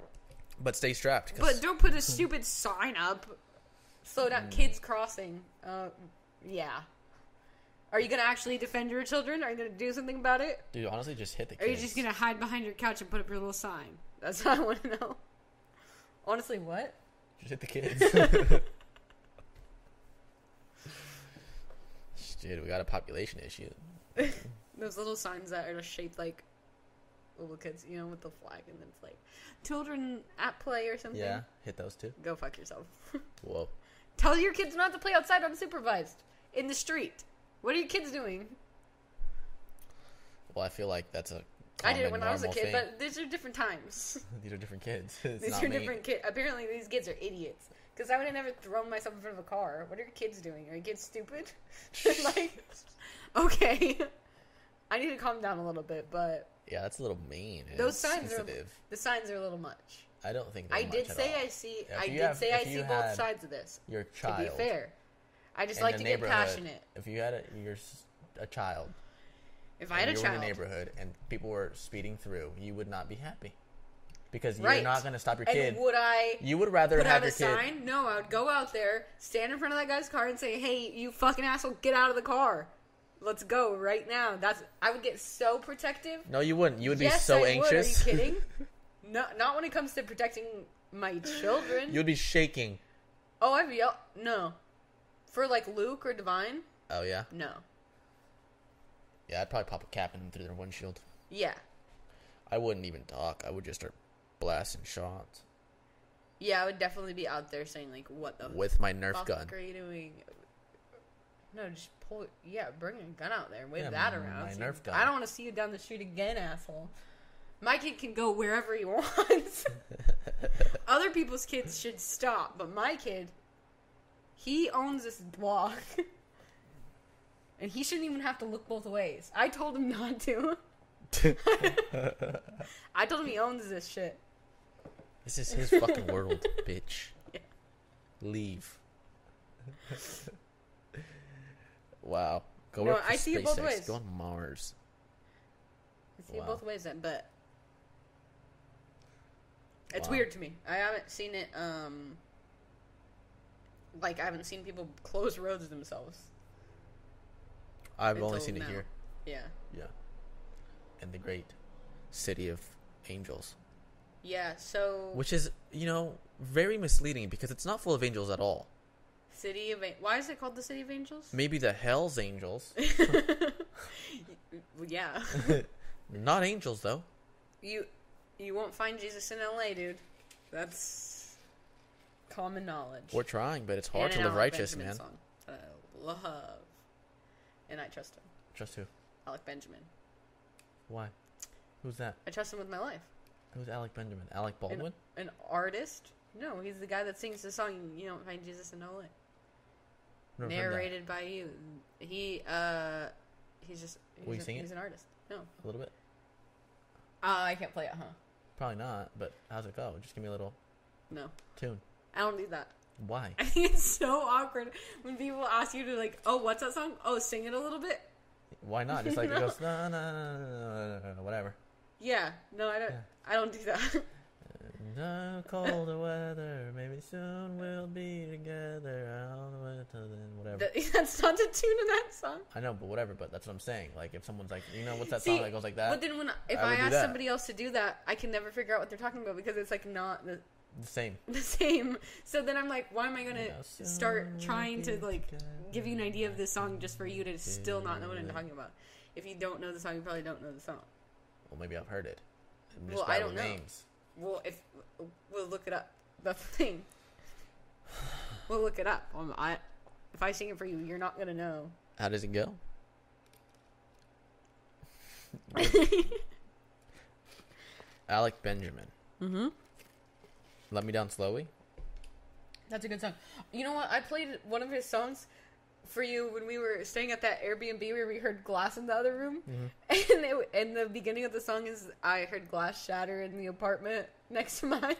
Speaker 1: But stay strapped. 'cause-
Speaker 3: but don't put a stupid sign up. Slow down, kids crossing. Uh, yeah. Are you gonna actually defend your children? Are you gonna do something about it?
Speaker 1: dude, honestly, just hit the.
Speaker 3: Or are you
Speaker 1: kids.
Speaker 3: just gonna hide behind your couch and put up your little sign? That's what I want to know. Honestly, what?
Speaker 1: Just hit the kids. Dude, we got a population issue.
Speaker 3: Those little signs that are just shaped like little kids, you know, with the flag, and it's like children at play or something.
Speaker 1: Yeah, hit those two.
Speaker 3: Go fuck yourself.
Speaker 1: Whoa.
Speaker 3: Tell your kids not to play outside unsupervised in the street. What are your kids doing?
Speaker 1: Well, I feel like that's a.
Speaker 3: I did it
Speaker 1: common,
Speaker 3: when I was a
Speaker 1: Oh normal
Speaker 3: kid,
Speaker 1: thing.
Speaker 3: but these are different times.
Speaker 1: these are different kids. It's
Speaker 3: These
Speaker 1: not
Speaker 3: are
Speaker 1: me.
Speaker 3: different kids. Apparently, these kids are idiots. Because I would have never thrown myself in front of a car. What are your kids doing? Are your kids stupid? like, okay. I need to calm down a little bit, but
Speaker 1: Yeah, that's a little mean. and
Speaker 3: those signs
Speaker 1: sensitive.
Speaker 3: are the signs are a little much.
Speaker 1: I don't think.
Speaker 3: I did say I see.
Speaker 1: If
Speaker 3: I
Speaker 1: you
Speaker 3: did
Speaker 1: have-
Speaker 3: say
Speaker 1: if
Speaker 3: I
Speaker 1: you
Speaker 3: see both
Speaker 1: had
Speaker 3: sides of this.
Speaker 1: Your
Speaker 3: To
Speaker 1: child.
Speaker 3: be fair, I just
Speaker 1: in
Speaker 3: like
Speaker 1: a
Speaker 3: to get
Speaker 1: neighborhood-
Speaker 3: passionate.
Speaker 1: If you had a, you're s- a child.
Speaker 3: If I had a
Speaker 1: and you were in a
Speaker 3: child,
Speaker 1: neighborhood and people were speeding through, you would not be happy because you're
Speaker 3: right?
Speaker 1: not going to stop your
Speaker 3: and
Speaker 1: kid.
Speaker 3: would I?
Speaker 1: you would rather
Speaker 3: put
Speaker 1: have
Speaker 3: out a
Speaker 1: your kid.
Speaker 3: sign? No, I would go out there, stand in front of that guy's car, and say, "Hey, you fucking asshole, get out of the car. Let's go right now." That's I would get so protective.
Speaker 1: No, you wouldn't. You would be
Speaker 3: yes,
Speaker 1: so
Speaker 3: I
Speaker 1: anxious.
Speaker 3: Would. Are you kidding? no, not when it comes to protecting my children.
Speaker 1: You'd be shaking.
Speaker 3: oh, I've yelled. No, for like Luke or Divine.
Speaker 1: Oh yeah,
Speaker 3: No.
Speaker 1: yeah. I'd probably pop a cap in them through their windshield.
Speaker 3: Yeah.
Speaker 1: I wouldn't even talk. I would just start blasting shots
Speaker 3: Yeah, I would definitely be out there saying like, "What the
Speaker 1: with my Nerf
Speaker 3: fuck
Speaker 1: gun.
Speaker 3: are you doing?" No, just pull. Yeah, bring a gun out there. Wave that
Speaker 1: my-
Speaker 3: around.
Speaker 1: my
Speaker 3: See-
Speaker 1: Nerf gun.
Speaker 3: I don't want to see you down the street again, asshole. My kid can go wherever he wants. Other people's kids should stop, but my kid, he owns this block, and he shouldn't even have to look both ways. I told him not to. I told him he owns this shit.
Speaker 1: this is his fucking world, bitch. Leave. wow. Go
Speaker 3: No,
Speaker 1: work for
Speaker 3: I see it both
Speaker 1: SpaceX.
Speaker 3: ways.
Speaker 1: Go on Mars.
Speaker 3: I see it
Speaker 1: Wow.
Speaker 3: both ways then, but it's
Speaker 1: Wow.
Speaker 3: weird to me. I haven't seen it. um Like I haven't seen people close roads themselves.
Speaker 1: I've
Speaker 3: until
Speaker 1: only seen
Speaker 3: now.
Speaker 1: it here.
Speaker 3: Yeah,
Speaker 1: Yeah. In the great city of angels.
Speaker 3: yeah. So
Speaker 1: Which is, you know, very misleading because it's not full of angels at all.
Speaker 3: city of An- why is it called the city of angels?
Speaker 1: Maybe the Hells Angels.
Speaker 3: Well, yeah,
Speaker 1: not angels, though.
Speaker 3: you you won't find Jesus in L.A., dude. That's common knowledge.
Speaker 1: We're trying, but it's hard
Speaker 3: And
Speaker 1: to
Speaker 3: an
Speaker 1: live
Speaker 3: Alec
Speaker 1: righteous,
Speaker 3: Benjamin
Speaker 1: man.
Speaker 3: Song that I love, and I trust him,
Speaker 1: Trust who?
Speaker 3: Alec Benjamin.
Speaker 1: Why? Who's that?
Speaker 3: I trust him with my life.
Speaker 1: Who's Alec Benjamin? Alec
Speaker 3: An-
Speaker 1: Baldwin?
Speaker 3: An, artist? No, he's the guy that sings the song "You Don't Find Jesus in LA,"
Speaker 1: Never heard that.
Speaker 3: narrated by you. He uh, he's just he's,
Speaker 1: Will you
Speaker 3: a-
Speaker 1: sing it?
Speaker 3: he's an artist. No,
Speaker 1: A little bit?
Speaker 3: uh, I can't play it, huh?
Speaker 1: Probably not, but how's it go? Just give me a little
Speaker 3: No,
Speaker 1: tune.
Speaker 3: I don't need that.
Speaker 1: Why?
Speaker 3: I think it's so awkward when people ask you to like, oh, what's that song? Oh, sing it a little bit.
Speaker 1: Why not? It's like
Speaker 3: No.
Speaker 1: it goes no no no no no no no, no whatever.
Speaker 3: Yeah. No, I don't.
Speaker 1: Yeah.
Speaker 3: I don't do that.
Speaker 1: No colder weather, maybe soon we'll be together. All the way till then, whatever.
Speaker 3: That- That's not the tune of that song.
Speaker 1: I know, but whatever. But that's what I'm saying. Like if someone's like, you know, what's that
Speaker 3: See,
Speaker 1: song that goes like that?
Speaker 3: But then when if
Speaker 1: I
Speaker 3: I,
Speaker 1: would do
Speaker 3: ask
Speaker 1: that.
Speaker 3: somebody else to do that, I can never figure out what they're talking about because it's like not the,
Speaker 1: the same.
Speaker 3: the same. So then I'm like, why am I gonna
Speaker 1: Yeah, so
Speaker 3: start trying to
Speaker 1: we'll
Speaker 3: like
Speaker 1: be
Speaker 3: give you an idea of this song just for you to still not know what I'm talking about? If you don't know the song, you probably don't know the song.
Speaker 1: Well, maybe I've heard it. I'm
Speaker 3: Well,
Speaker 1: bad
Speaker 3: I
Speaker 1: with
Speaker 3: don't know. Well, if we'll look it up. That's the thing. We'll look it up. Um, I, if I sing it for you, you're not gonna know.
Speaker 1: How does it go? Alec Benjamin. Mm-hmm. Let me down slowly.
Speaker 3: That's a good song. You know what? I played one of his songs for you when we were staying at that Airbnb where we heard glass in the other room. And, it, and the beginning of the song is I heard glass shatter in the apartment next to mine.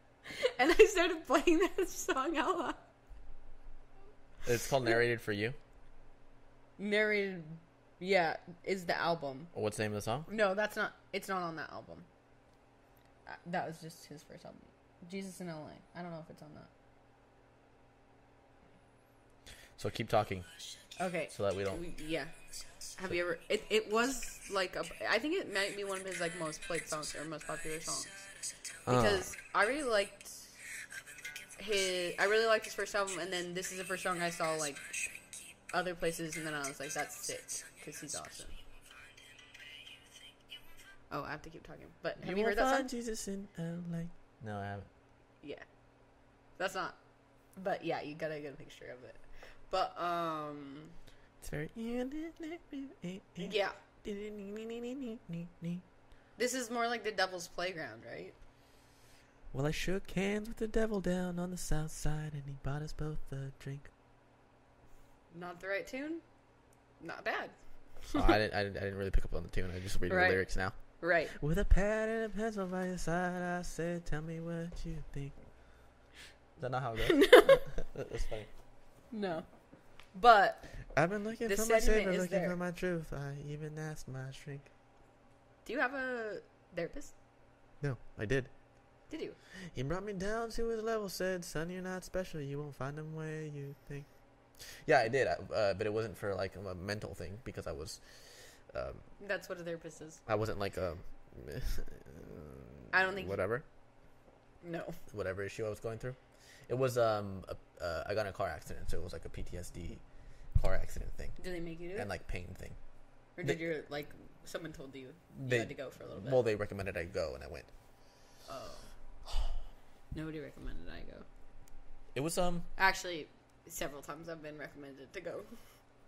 Speaker 3: And I started playing that song out loud.
Speaker 1: It's called narrated for you.
Speaker 3: Narrated, yeah, is the album.
Speaker 1: What's the name of the song?
Speaker 3: No, that's not. It's not on that album. Uh, That was just his first album, Jesus in L.A. I don't know if it's on that.
Speaker 1: So keep talking
Speaker 3: Okay.
Speaker 1: so that we don't.
Speaker 3: We- yeah. Have you ever? It, it was like a. I think it might be one of his like most played songs or most popular songs
Speaker 1: Uh,
Speaker 3: because I really liked his. I really liked his first album, and then this is the first song I saw like other places, and then I was like, that's sick because he's awesome. Oh, I have to keep talking. But have you,
Speaker 1: will
Speaker 3: heard that song?
Speaker 1: find Jesus in LA. No, I haven't.
Speaker 3: Yeah. That's not but yeah, you gotta get a picture of it. But um
Speaker 1: It's very.
Speaker 3: yeah.
Speaker 1: Well,
Speaker 3: This is more like the devil's playground, right?
Speaker 1: I shook hands with the devil down on the south side, and he bought us both a drink.
Speaker 3: Not the right tune? Not bad.
Speaker 1: I, didn't, I, didn't, I didn't really pick up on the tune. I just reading
Speaker 3: Right.
Speaker 1: the lyrics now.
Speaker 3: Right.
Speaker 1: With a pad and a pencil by your side, I said, "Tell me what you think." Is that not how it goes? That- That's funny.
Speaker 3: No. But
Speaker 1: I've been looking
Speaker 3: The
Speaker 1: for my
Speaker 3: sentiment
Speaker 1: savior,
Speaker 3: is
Speaker 1: looking
Speaker 3: there.
Speaker 1: for my truth. I even asked my shrink.
Speaker 3: do you have a therapist?
Speaker 1: No, I did.
Speaker 3: Did you?
Speaker 1: He brought me down to his level, said, Son, you're not special. You won't find him where you think. Yeah, I did, I- uh, but it wasn't for like a mental thing because I was, um,
Speaker 3: That's what a therapist is.
Speaker 1: I wasn't like um
Speaker 3: I don't think-
Speaker 1: whatever
Speaker 3: No.
Speaker 1: whatever issue I was going through. It was um a, uh, I got in a car accident, so it was like a PTSD car accident thing
Speaker 3: Did they make you do it?
Speaker 1: and like pain thing.
Speaker 3: or did your like someone told you you
Speaker 1: They-
Speaker 3: had to go for a little bit?
Speaker 1: Well, they recommended I go, and I went.
Speaker 3: oh. Nobody recommended I go.
Speaker 1: It was um
Speaker 3: Actually, several times I've been recommended to go.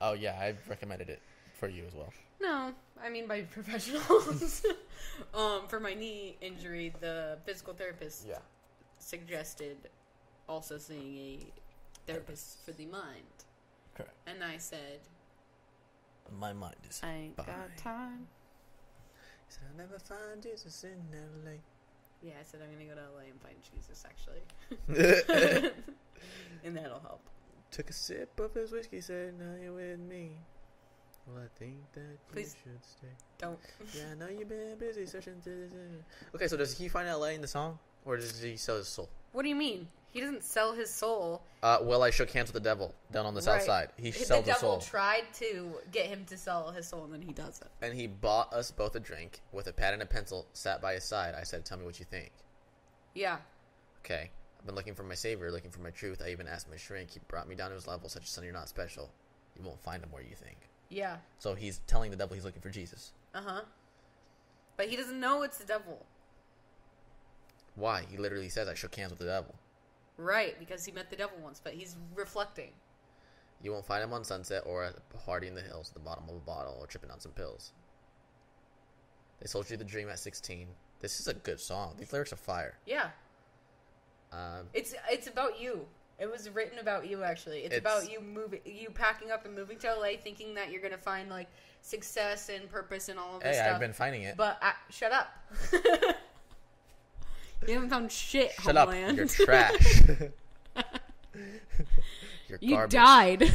Speaker 1: oh yeah, I recommended it for you as well.
Speaker 3: No, I mean by professionals. um, for my knee injury, the physical therapist
Speaker 1: Yeah.
Speaker 3: suggested also seeing a therapist for the mind,
Speaker 1: Correct.
Speaker 3: and I said,
Speaker 1: My mind is.
Speaker 3: "I ain't
Speaker 1: Bye.
Speaker 3: got time."
Speaker 1: Said, I'll never find Jesus in LA.
Speaker 3: Yeah, I said I'm gonna go to LA and find Jesus actually, and that'll help.
Speaker 1: Took a sip of his whiskey, said, Now you're with me. Well, I think that
Speaker 3: Please.
Speaker 1: you should stay.
Speaker 3: Don't.
Speaker 1: Yeah, I know you've been busy searching. Okay, so does he find LA in the song? Or does he sell his soul?
Speaker 3: What do you mean? He doesn't sell his soul.
Speaker 1: Uh, well, I shook hands with the devil down on the south
Speaker 3: Right.
Speaker 1: side. He
Speaker 3: the
Speaker 1: sold his
Speaker 3: devil
Speaker 1: soul.
Speaker 3: tried to get him to sell his soul, and then he doesn't.
Speaker 1: and he bought us both a drink with a pad and a pencil, sat by his side. I said, Tell me what you think.
Speaker 3: Yeah.
Speaker 1: Okay. I've been looking for my savior, looking for my truth. I even asked my shrink. He brought me down to his level, such a son, you're not special. You won't find him where you think.
Speaker 3: Yeah.
Speaker 1: So he's telling the devil he's looking for Jesus.
Speaker 3: Uh huh. But he doesn't know it's the devil.
Speaker 1: Why? He literally says, I shook hands with the devil.
Speaker 3: Right, because he met the devil once, but he's reflecting.
Speaker 1: You won't find him on sunset or at a party in the hills at the bottom of a bottle or tripping on some pills. They sold you the dream at 16. This is a good song. These lyrics are fire.
Speaker 3: Yeah.
Speaker 1: Um,
Speaker 3: It's it's about you. It was written about you actually. It's,
Speaker 1: It's-
Speaker 3: about you moving you packing up and moving to LA thinking that you're going to find like success and purpose and all of this
Speaker 1: hey,
Speaker 3: stuff.
Speaker 1: I've been finding it.
Speaker 3: but I, shut up. you haven't found shit,
Speaker 1: Shut up.
Speaker 3: Homeland.
Speaker 1: You're trash. You're
Speaker 2: You
Speaker 1: garbage.
Speaker 2: died.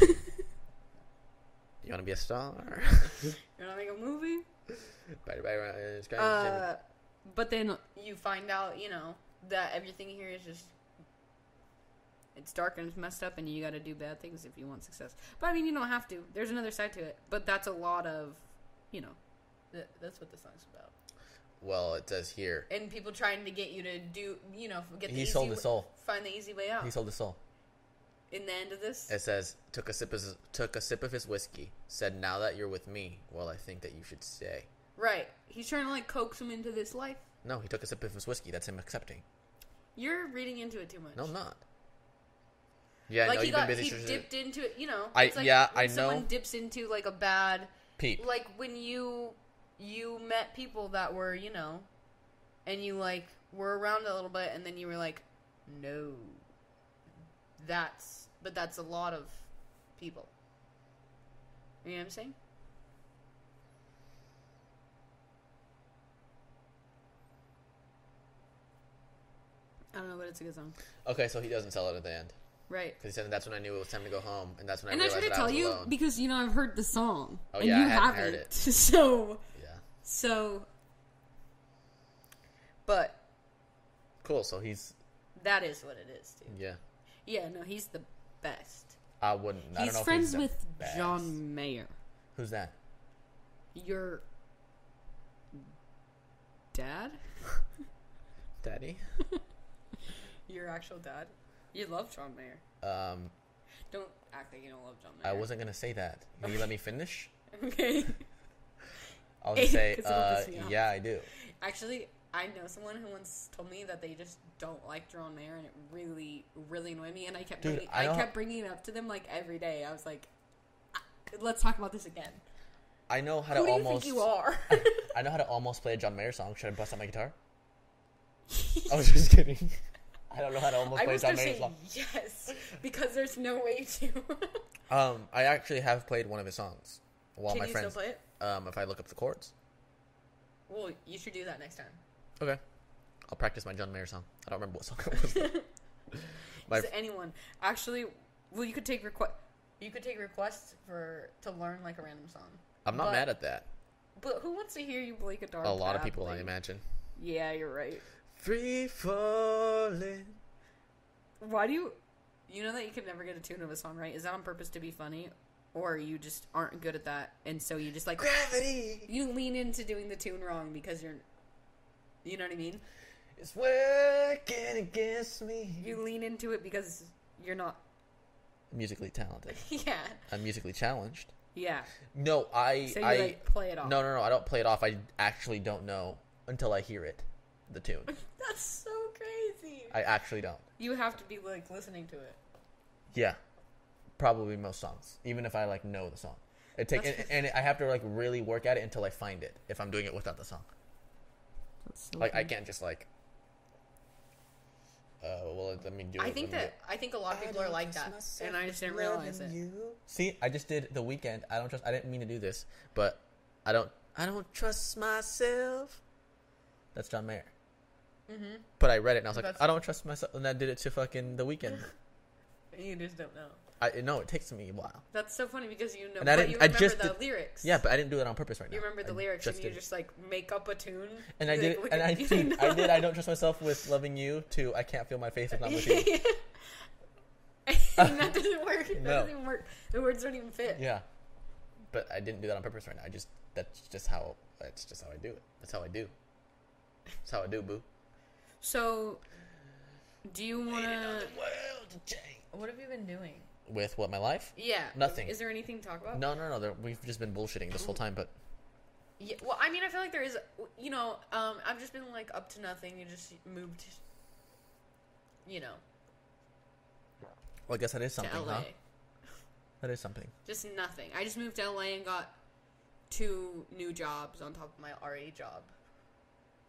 Speaker 1: You want to be a star?
Speaker 3: You want to make a movie?
Speaker 1: Bye, bye, bye. It's kind of the same-
Speaker 3: Uh,
Speaker 2: but then
Speaker 3: you find out, you know, that everything here is just. It's dark and it's messed up, and you got to do bad things if you want success. But I mean, you don't have to. There's another side to it. But that's a lot of, you know, th- that's what the song's about.
Speaker 1: well, it says here.
Speaker 3: And people trying to get you to do, you know, get the
Speaker 1: He
Speaker 3: easy Oh.
Speaker 1: sold
Speaker 3: wa-
Speaker 1: his soul.
Speaker 3: Find the easy way out.
Speaker 1: He sold his soul.
Speaker 3: In the end of this,
Speaker 1: It says took a sip of his, took a sip of his whiskey. Said, "Now that you're with me, well, I think that you should stay."
Speaker 3: right? He's trying to like coax him into this life.
Speaker 1: No, he took a sip of his whiskey. That's him accepting.
Speaker 3: You're reading into it too much.
Speaker 1: No, I'm not. Yeah, I
Speaker 3: like
Speaker 1: know
Speaker 3: he
Speaker 1: you've been
Speaker 3: got
Speaker 1: busy.
Speaker 3: he
Speaker 1: searching-
Speaker 3: dipped into it. You know,
Speaker 1: I-
Speaker 3: it's like
Speaker 1: yeah,
Speaker 3: when
Speaker 1: I
Speaker 3: Someone
Speaker 1: know.
Speaker 3: dips into like a bad
Speaker 1: Peep.
Speaker 3: like when you you met people that were you know and you like were around a little bit and then you were like no that's but that's a lot of people you know what i'm saying i don't know but it's a good song
Speaker 1: Okay, so he doesn't sell it at the end
Speaker 3: right
Speaker 1: because he said that's when I knew it was time to go home, and that's when
Speaker 2: and
Speaker 1: I
Speaker 2: I
Speaker 1: realized
Speaker 2: tried to
Speaker 1: that
Speaker 2: tell
Speaker 1: I was
Speaker 2: you
Speaker 1: alone.
Speaker 2: because you know I've heard the song
Speaker 1: Oh,
Speaker 2: and
Speaker 1: yeah, I
Speaker 2: you
Speaker 1: hadn't heard
Speaker 2: haven't. So
Speaker 1: yeah,
Speaker 2: so
Speaker 3: but
Speaker 1: cool. So he's
Speaker 3: that is what it is dude
Speaker 1: yeah.
Speaker 3: yeah no he's the best
Speaker 1: I wouldn't. I don't
Speaker 2: he's
Speaker 1: know
Speaker 2: friends
Speaker 1: if he's the
Speaker 2: with
Speaker 1: best.
Speaker 2: John Mayer.
Speaker 1: Who's that?
Speaker 2: Your dad?
Speaker 1: Daddy.
Speaker 3: your actual dad you love john mayer
Speaker 1: Um,
Speaker 3: Don't act like you don't love John
Speaker 1: I
Speaker 3: Mayer.
Speaker 1: wasn't gonna say that. Can you let me finish?
Speaker 3: Okay.
Speaker 1: I was gonna say,
Speaker 2: 'Cause it'll
Speaker 1: uh,
Speaker 2: piss me off.
Speaker 1: yeah, I do.
Speaker 3: Actually, I know someone who once told me that they just don't like John Mayer, and it really, really annoyed me. And I kept,
Speaker 1: Dude,
Speaker 3: bringing,
Speaker 1: I
Speaker 3: I,
Speaker 1: don't-
Speaker 3: kept bringing it up to them like every day. I was like, "Ah, "Let's talk about this again."
Speaker 1: I know how
Speaker 3: Who
Speaker 1: to
Speaker 3: do
Speaker 1: almost.
Speaker 3: you think you are?
Speaker 1: I know how to almost play a John Mayer song. Should I bust out my guitar? I was just kidding. I don't know how to almost
Speaker 3: I
Speaker 1: play a
Speaker 3: was
Speaker 1: John
Speaker 3: gonna
Speaker 1: Mayer
Speaker 3: say
Speaker 1: song.
Speaker 3: yes because there's no way to.
Speaker 1: Um, I actually have played one of his songs. While
Speaker 3: Can
Speaker 1: my
Speaker 3: you
Speaker 1: friends,
Speaker 3: still play it?
Speaker 1: um, if I look up the chords,
Speaker 3: Well, you should do that next time.
Speaker 1: okay, I'll practice my John Mayer song. I don't remember what song it was. though. my,
Speaker 3: Is anyone actually? Well, you could take request. You could take requests for to learn like a random song.
Speaker 1: I'm not
Speaker 3: but-
Speaker 1: mad at that.
Speaker 3: But who wants to hear you play guitar?
Speaker 1: A lot of
Speaker 3: badly?
Speaker 1: people, I imagine.
Speaker 3: Yeah, you're right.
Speaker 1: Free falling.
Speaker 3: Why do you? You know that you could never get a tune of a song right. Is that on purpose to be funny, or you just aren't good at that, and so you just like
Speaker 1: Gravity
Speaker 3: you lean into doing the tune wrong because you're, you know what I mean.
Speaker 1: is working against me.
Speaker 3: You lean into it because you're not.
Speaker 1: musically talented.
Speaker 3: Yeah,
Speaker 1: I'm musically challenged.
Speaker 3: yeah.
Speaker 1: No, I.
Speaker 3: So you
Speaker 1: I
Speaker 3: like play it off.
Speaker 1: No, no, no. I don't play it off. I actually don't know until I hear it, the tune.
Speaker 3: That's so crazy.
Speaker 1: I actually don't.
Speaker 3: You have to be like listening to it.
Speaker 1: Yeah, probably most songs. Even if I like know the song, it take and, and I have to like really work at it until I find it. If I'm doing it without the song,
Speaker 2: That's so
Speaker 1: like I
Speaker 2: funny.
Speaker 1: can't just like. Uh, well, let me do.
Speaker 3: I
Speaker 1: it,
Speaker 3: think
Speaker 1: let me
Speaker 3: that I think a lot of people are like that, and I just didn't realize it.
Speaker 1: See, I just did the weekend. I don't trust. I didn't mean to do this, but I don't. I don't trust myself. That's John Mayer. But I read it and I was like,
Speaker 3: Mm-hmm. That's-
Speaker 1: I don't trust myself, and I did it to fucking the weekend.
Speaker 3: You just don't know.
Speaker 1: I no, it takes me a while.
Speaker 3: That's so funny because you know,
Speaker 1: And I
Speaker 3: but
Speaker 1: didn't-
Speaker 3: you
Speaker 1: I
Speaker 3: remember
Speaker 1: just
Speaker 3: the
Speaker 1: did-
Speaker 3: lyrics.
Speaker 1: Yeah, but I didn't do it on purpose right now.
Speaker 3: you remember the
Speaker 1: I
Speaker 3: lyrics, and you
Speaker 1: did it.
Speaker 3: just like make up a tune.
Speaker 1: And I
Speaker 3: Like,
Speaker 1: did, it,
Speaker 3: look
Speaker 1: and
Speaker 3: at-
Speaker 1: I
Speaker 3: you
Speaker 1: did,
Speaker 3: know?
Speaker 1: I did. I don't trust myself with loving you. To I can't feel my face if not with you.
Speaker 3: And that doesn't work. That
Speaker 1: No.
Speaker 3: doesn't even work. The words don't even fit.
Speaker 1: Yeah, but I didn't do that on purpose right now. I just that's just how that's just how I do it. That's how I do. That's how I do, boo.
Speaker 3: So, do you want to? What have you been doing?
Speaker 1: With what my life?
Speaker 3: Yeah,
Speaker 1: Nothing.
Speaker 3: Is there anything to talk about?
Speaker 1: No, no, no. there- We've just been bullshitting this whole time, but
Speaker 3: Yeah, well, I mean, I feel like there is. You know, um, I've just been like up to nothing. You just moved. You know,
Speaker 1: well, I guess that is
Speaker 3: to
Speaker 1: something,
Speaker 3: LA.
Speaker 1: huh? That is something.
Speaker 3: Just nothing. I just moved to LA and got two new jobs on top of my RA job.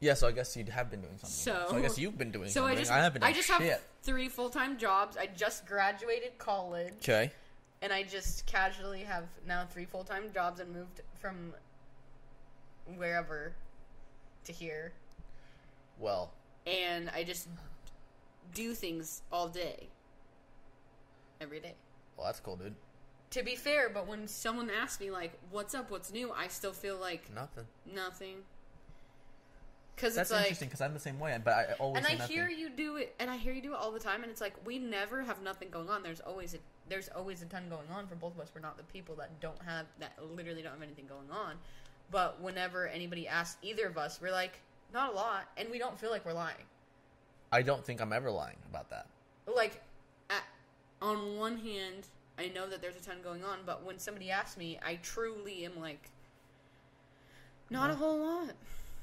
Speaker 1: Yeah, so I guess you have been doing something.
Speaker 3: So-
Speaker 1: I guess you've been doing
Speaker 3: So
Speaker 1: something.
Speaker 3: I just
Speaker 1: I have been.
Speaker 3: I just have three full time jobs. I just graduated college,
Speaker 1: Okay.
Speaker 3: and I just casually have now three full time jobs and moved from wherever to here.
Speaker 1: Well,
Speaker 3: And I just do things all day. every day.
Speaker 1: Well, that's cool, dude.
Speaker 3: To be fair, but when someone asks me like, "What's up? What's new?" I still feel like
Speaker 1: Nothing.
Speaker 3: nothing. Because it's
Speaker 1: That's
Speaker 3: like,
Speaker 1: interesting because I'm the same way, but I always
Speaker 3: and
Speaker 1: say
Speaker 3: I
Speaker 1: nothing.
Speaker 3: hear you do it, and I hear you do it all the time, and it's like we never have nothing going on. There's always a there's always a ton going on for both of us. We're not the people that don't have that literally don't have anything going on. But whenever anybody asks either of us, we're like, not a lot, and we don't feel like we're lying.
Speaker 1: I don't think I'm ever lying about that.
Speaker 3: Like, at, on one hand, I know that there's a ton going on, but when somebody asks me, I truly am like, not a whole lot.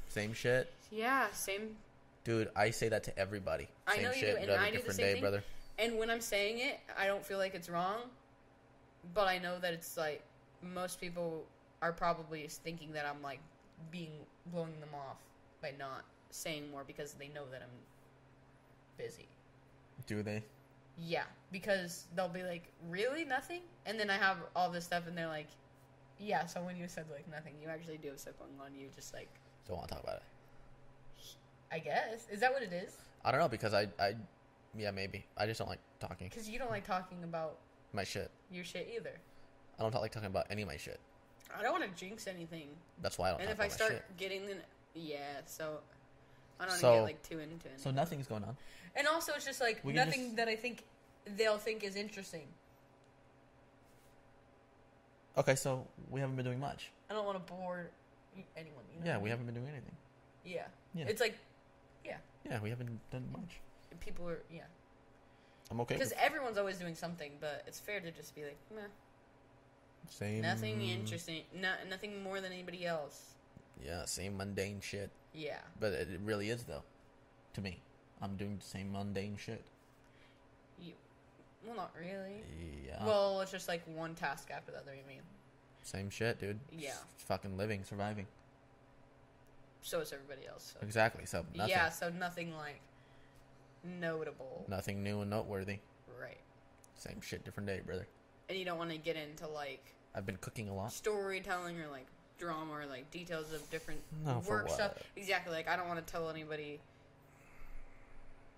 Speaker 1: Same shit,
Speaker 3: Yeah, same
Speaker 1: dude. I say that to everybody.
Speaker 3: I
Speaker 1: Same
Speaker 3: know you
Speaker 1: shit,
Speaker 3: do, and
Speaker 1: but on a
Speaker 3: I do the
Speaker 1: different
Speaker 3: same
Speaker 1: day,
Speaker 3: thing.
Speaker 1: brother.
Speaker 3: And when I'm saying it, I don't feel like it's wrong, but I know that it's like most people are probably just thinking that I'm like being blowing them off by not saying more because they know that I'm busy.
Speaker 1: Do they?
Speaker 3: Yeah, because they'll be like, "Really, nothing?" And then I have all this stuff, and they're like, "Yeah." So when you said like nothing, you actually do have stuff going on. You just like,
Speaker 1: Don't want to talk about it.
Speaker 3: I guess is that what it is?
Speaker 1: I don't know because I, I, yeah, maybe. I just don't like talking
Speaker 3: Because you don't like talking about
Speaker 1: my shit.
Speaker 3: your shit either.
Speaker 1: I don't like talking about any of my shit.
Speaker 3: I don't want to jinx anything.
Speaker 1: That's why I don't.
Speaker 3: And
Speaker 1: talk
Speaker 3: if I
Speaker 1: about my
Speaker 3: start
Speaker 1: shit.
Speaker 3: getting the yeah, so I don't
Speaker 1: So-
Speaker 3: get like too into it.
Speaker 1: so nothing's going on.
Speaker 3: and also, it's just like
Speaker 1: We can
Speaker 3: nothing
Speaker 1: just-
Speaker 3: that I think they'll think is interesting.
Speaker 1: Okay, so we haven't been doing much.
Speaker 3: I don't want to bore anyone. You know
Speaker 1: Yeah,
Speaker 3: what I
Speaker 1: we
Speaker 3: mean?
Speaker 1: haven't been doing anything.
Speaker 3: Yeah.
Speaker 1: Yeah.
Speaker 3: it's like
Speaker 1: Yeah, we haven't done much.
Speaker 3: people are yeah,
Speaker 1: I'm okay.
Speaker 3: because
Speaker 1: With
Speaker 3: everyone's always doing something, but it's fair to just be like, Meh,
Speaker 1: same.
Speaker 3: nothing
Speaker 1: Mm.
Speaker 3: interesting, no, nothing more than anybody else.
Speaker 1: Yeah, same mundane shit.
Speaker 3: Yeah,
Speaker 1: But it it really is though, to me. I'm doing the same mundane shit.
Speaker 3: you, well, not really.
Speaker 1: Yeah.
Speaker 3: Well, it's just like one task after the other. You mean?
Speaker 1: same shit, dude.
Speaker 3: Yeah.
Speaker 1: Just fucking living, surviving.
Speaker 3: So is everybody else. So.
Speaker 1: Exactly. So nothing.
Speaker 3: Yeah, so nothing like notable.
Speaker 1: Nothing new and noteworthy.
Speaker 3: Right.
Speaker 1: Same shit, different day, brother.
Speaker 3: And you don't want to get into like
Speaker 1: I've been cooking a lot.
Speaker 3: storytelling or like drama or like details of different
Speaker 1: No, for
Speaker 3: work stuff.
Speaker 1: what?
Speaker 3: Exactly. Like I don't want to tell anybody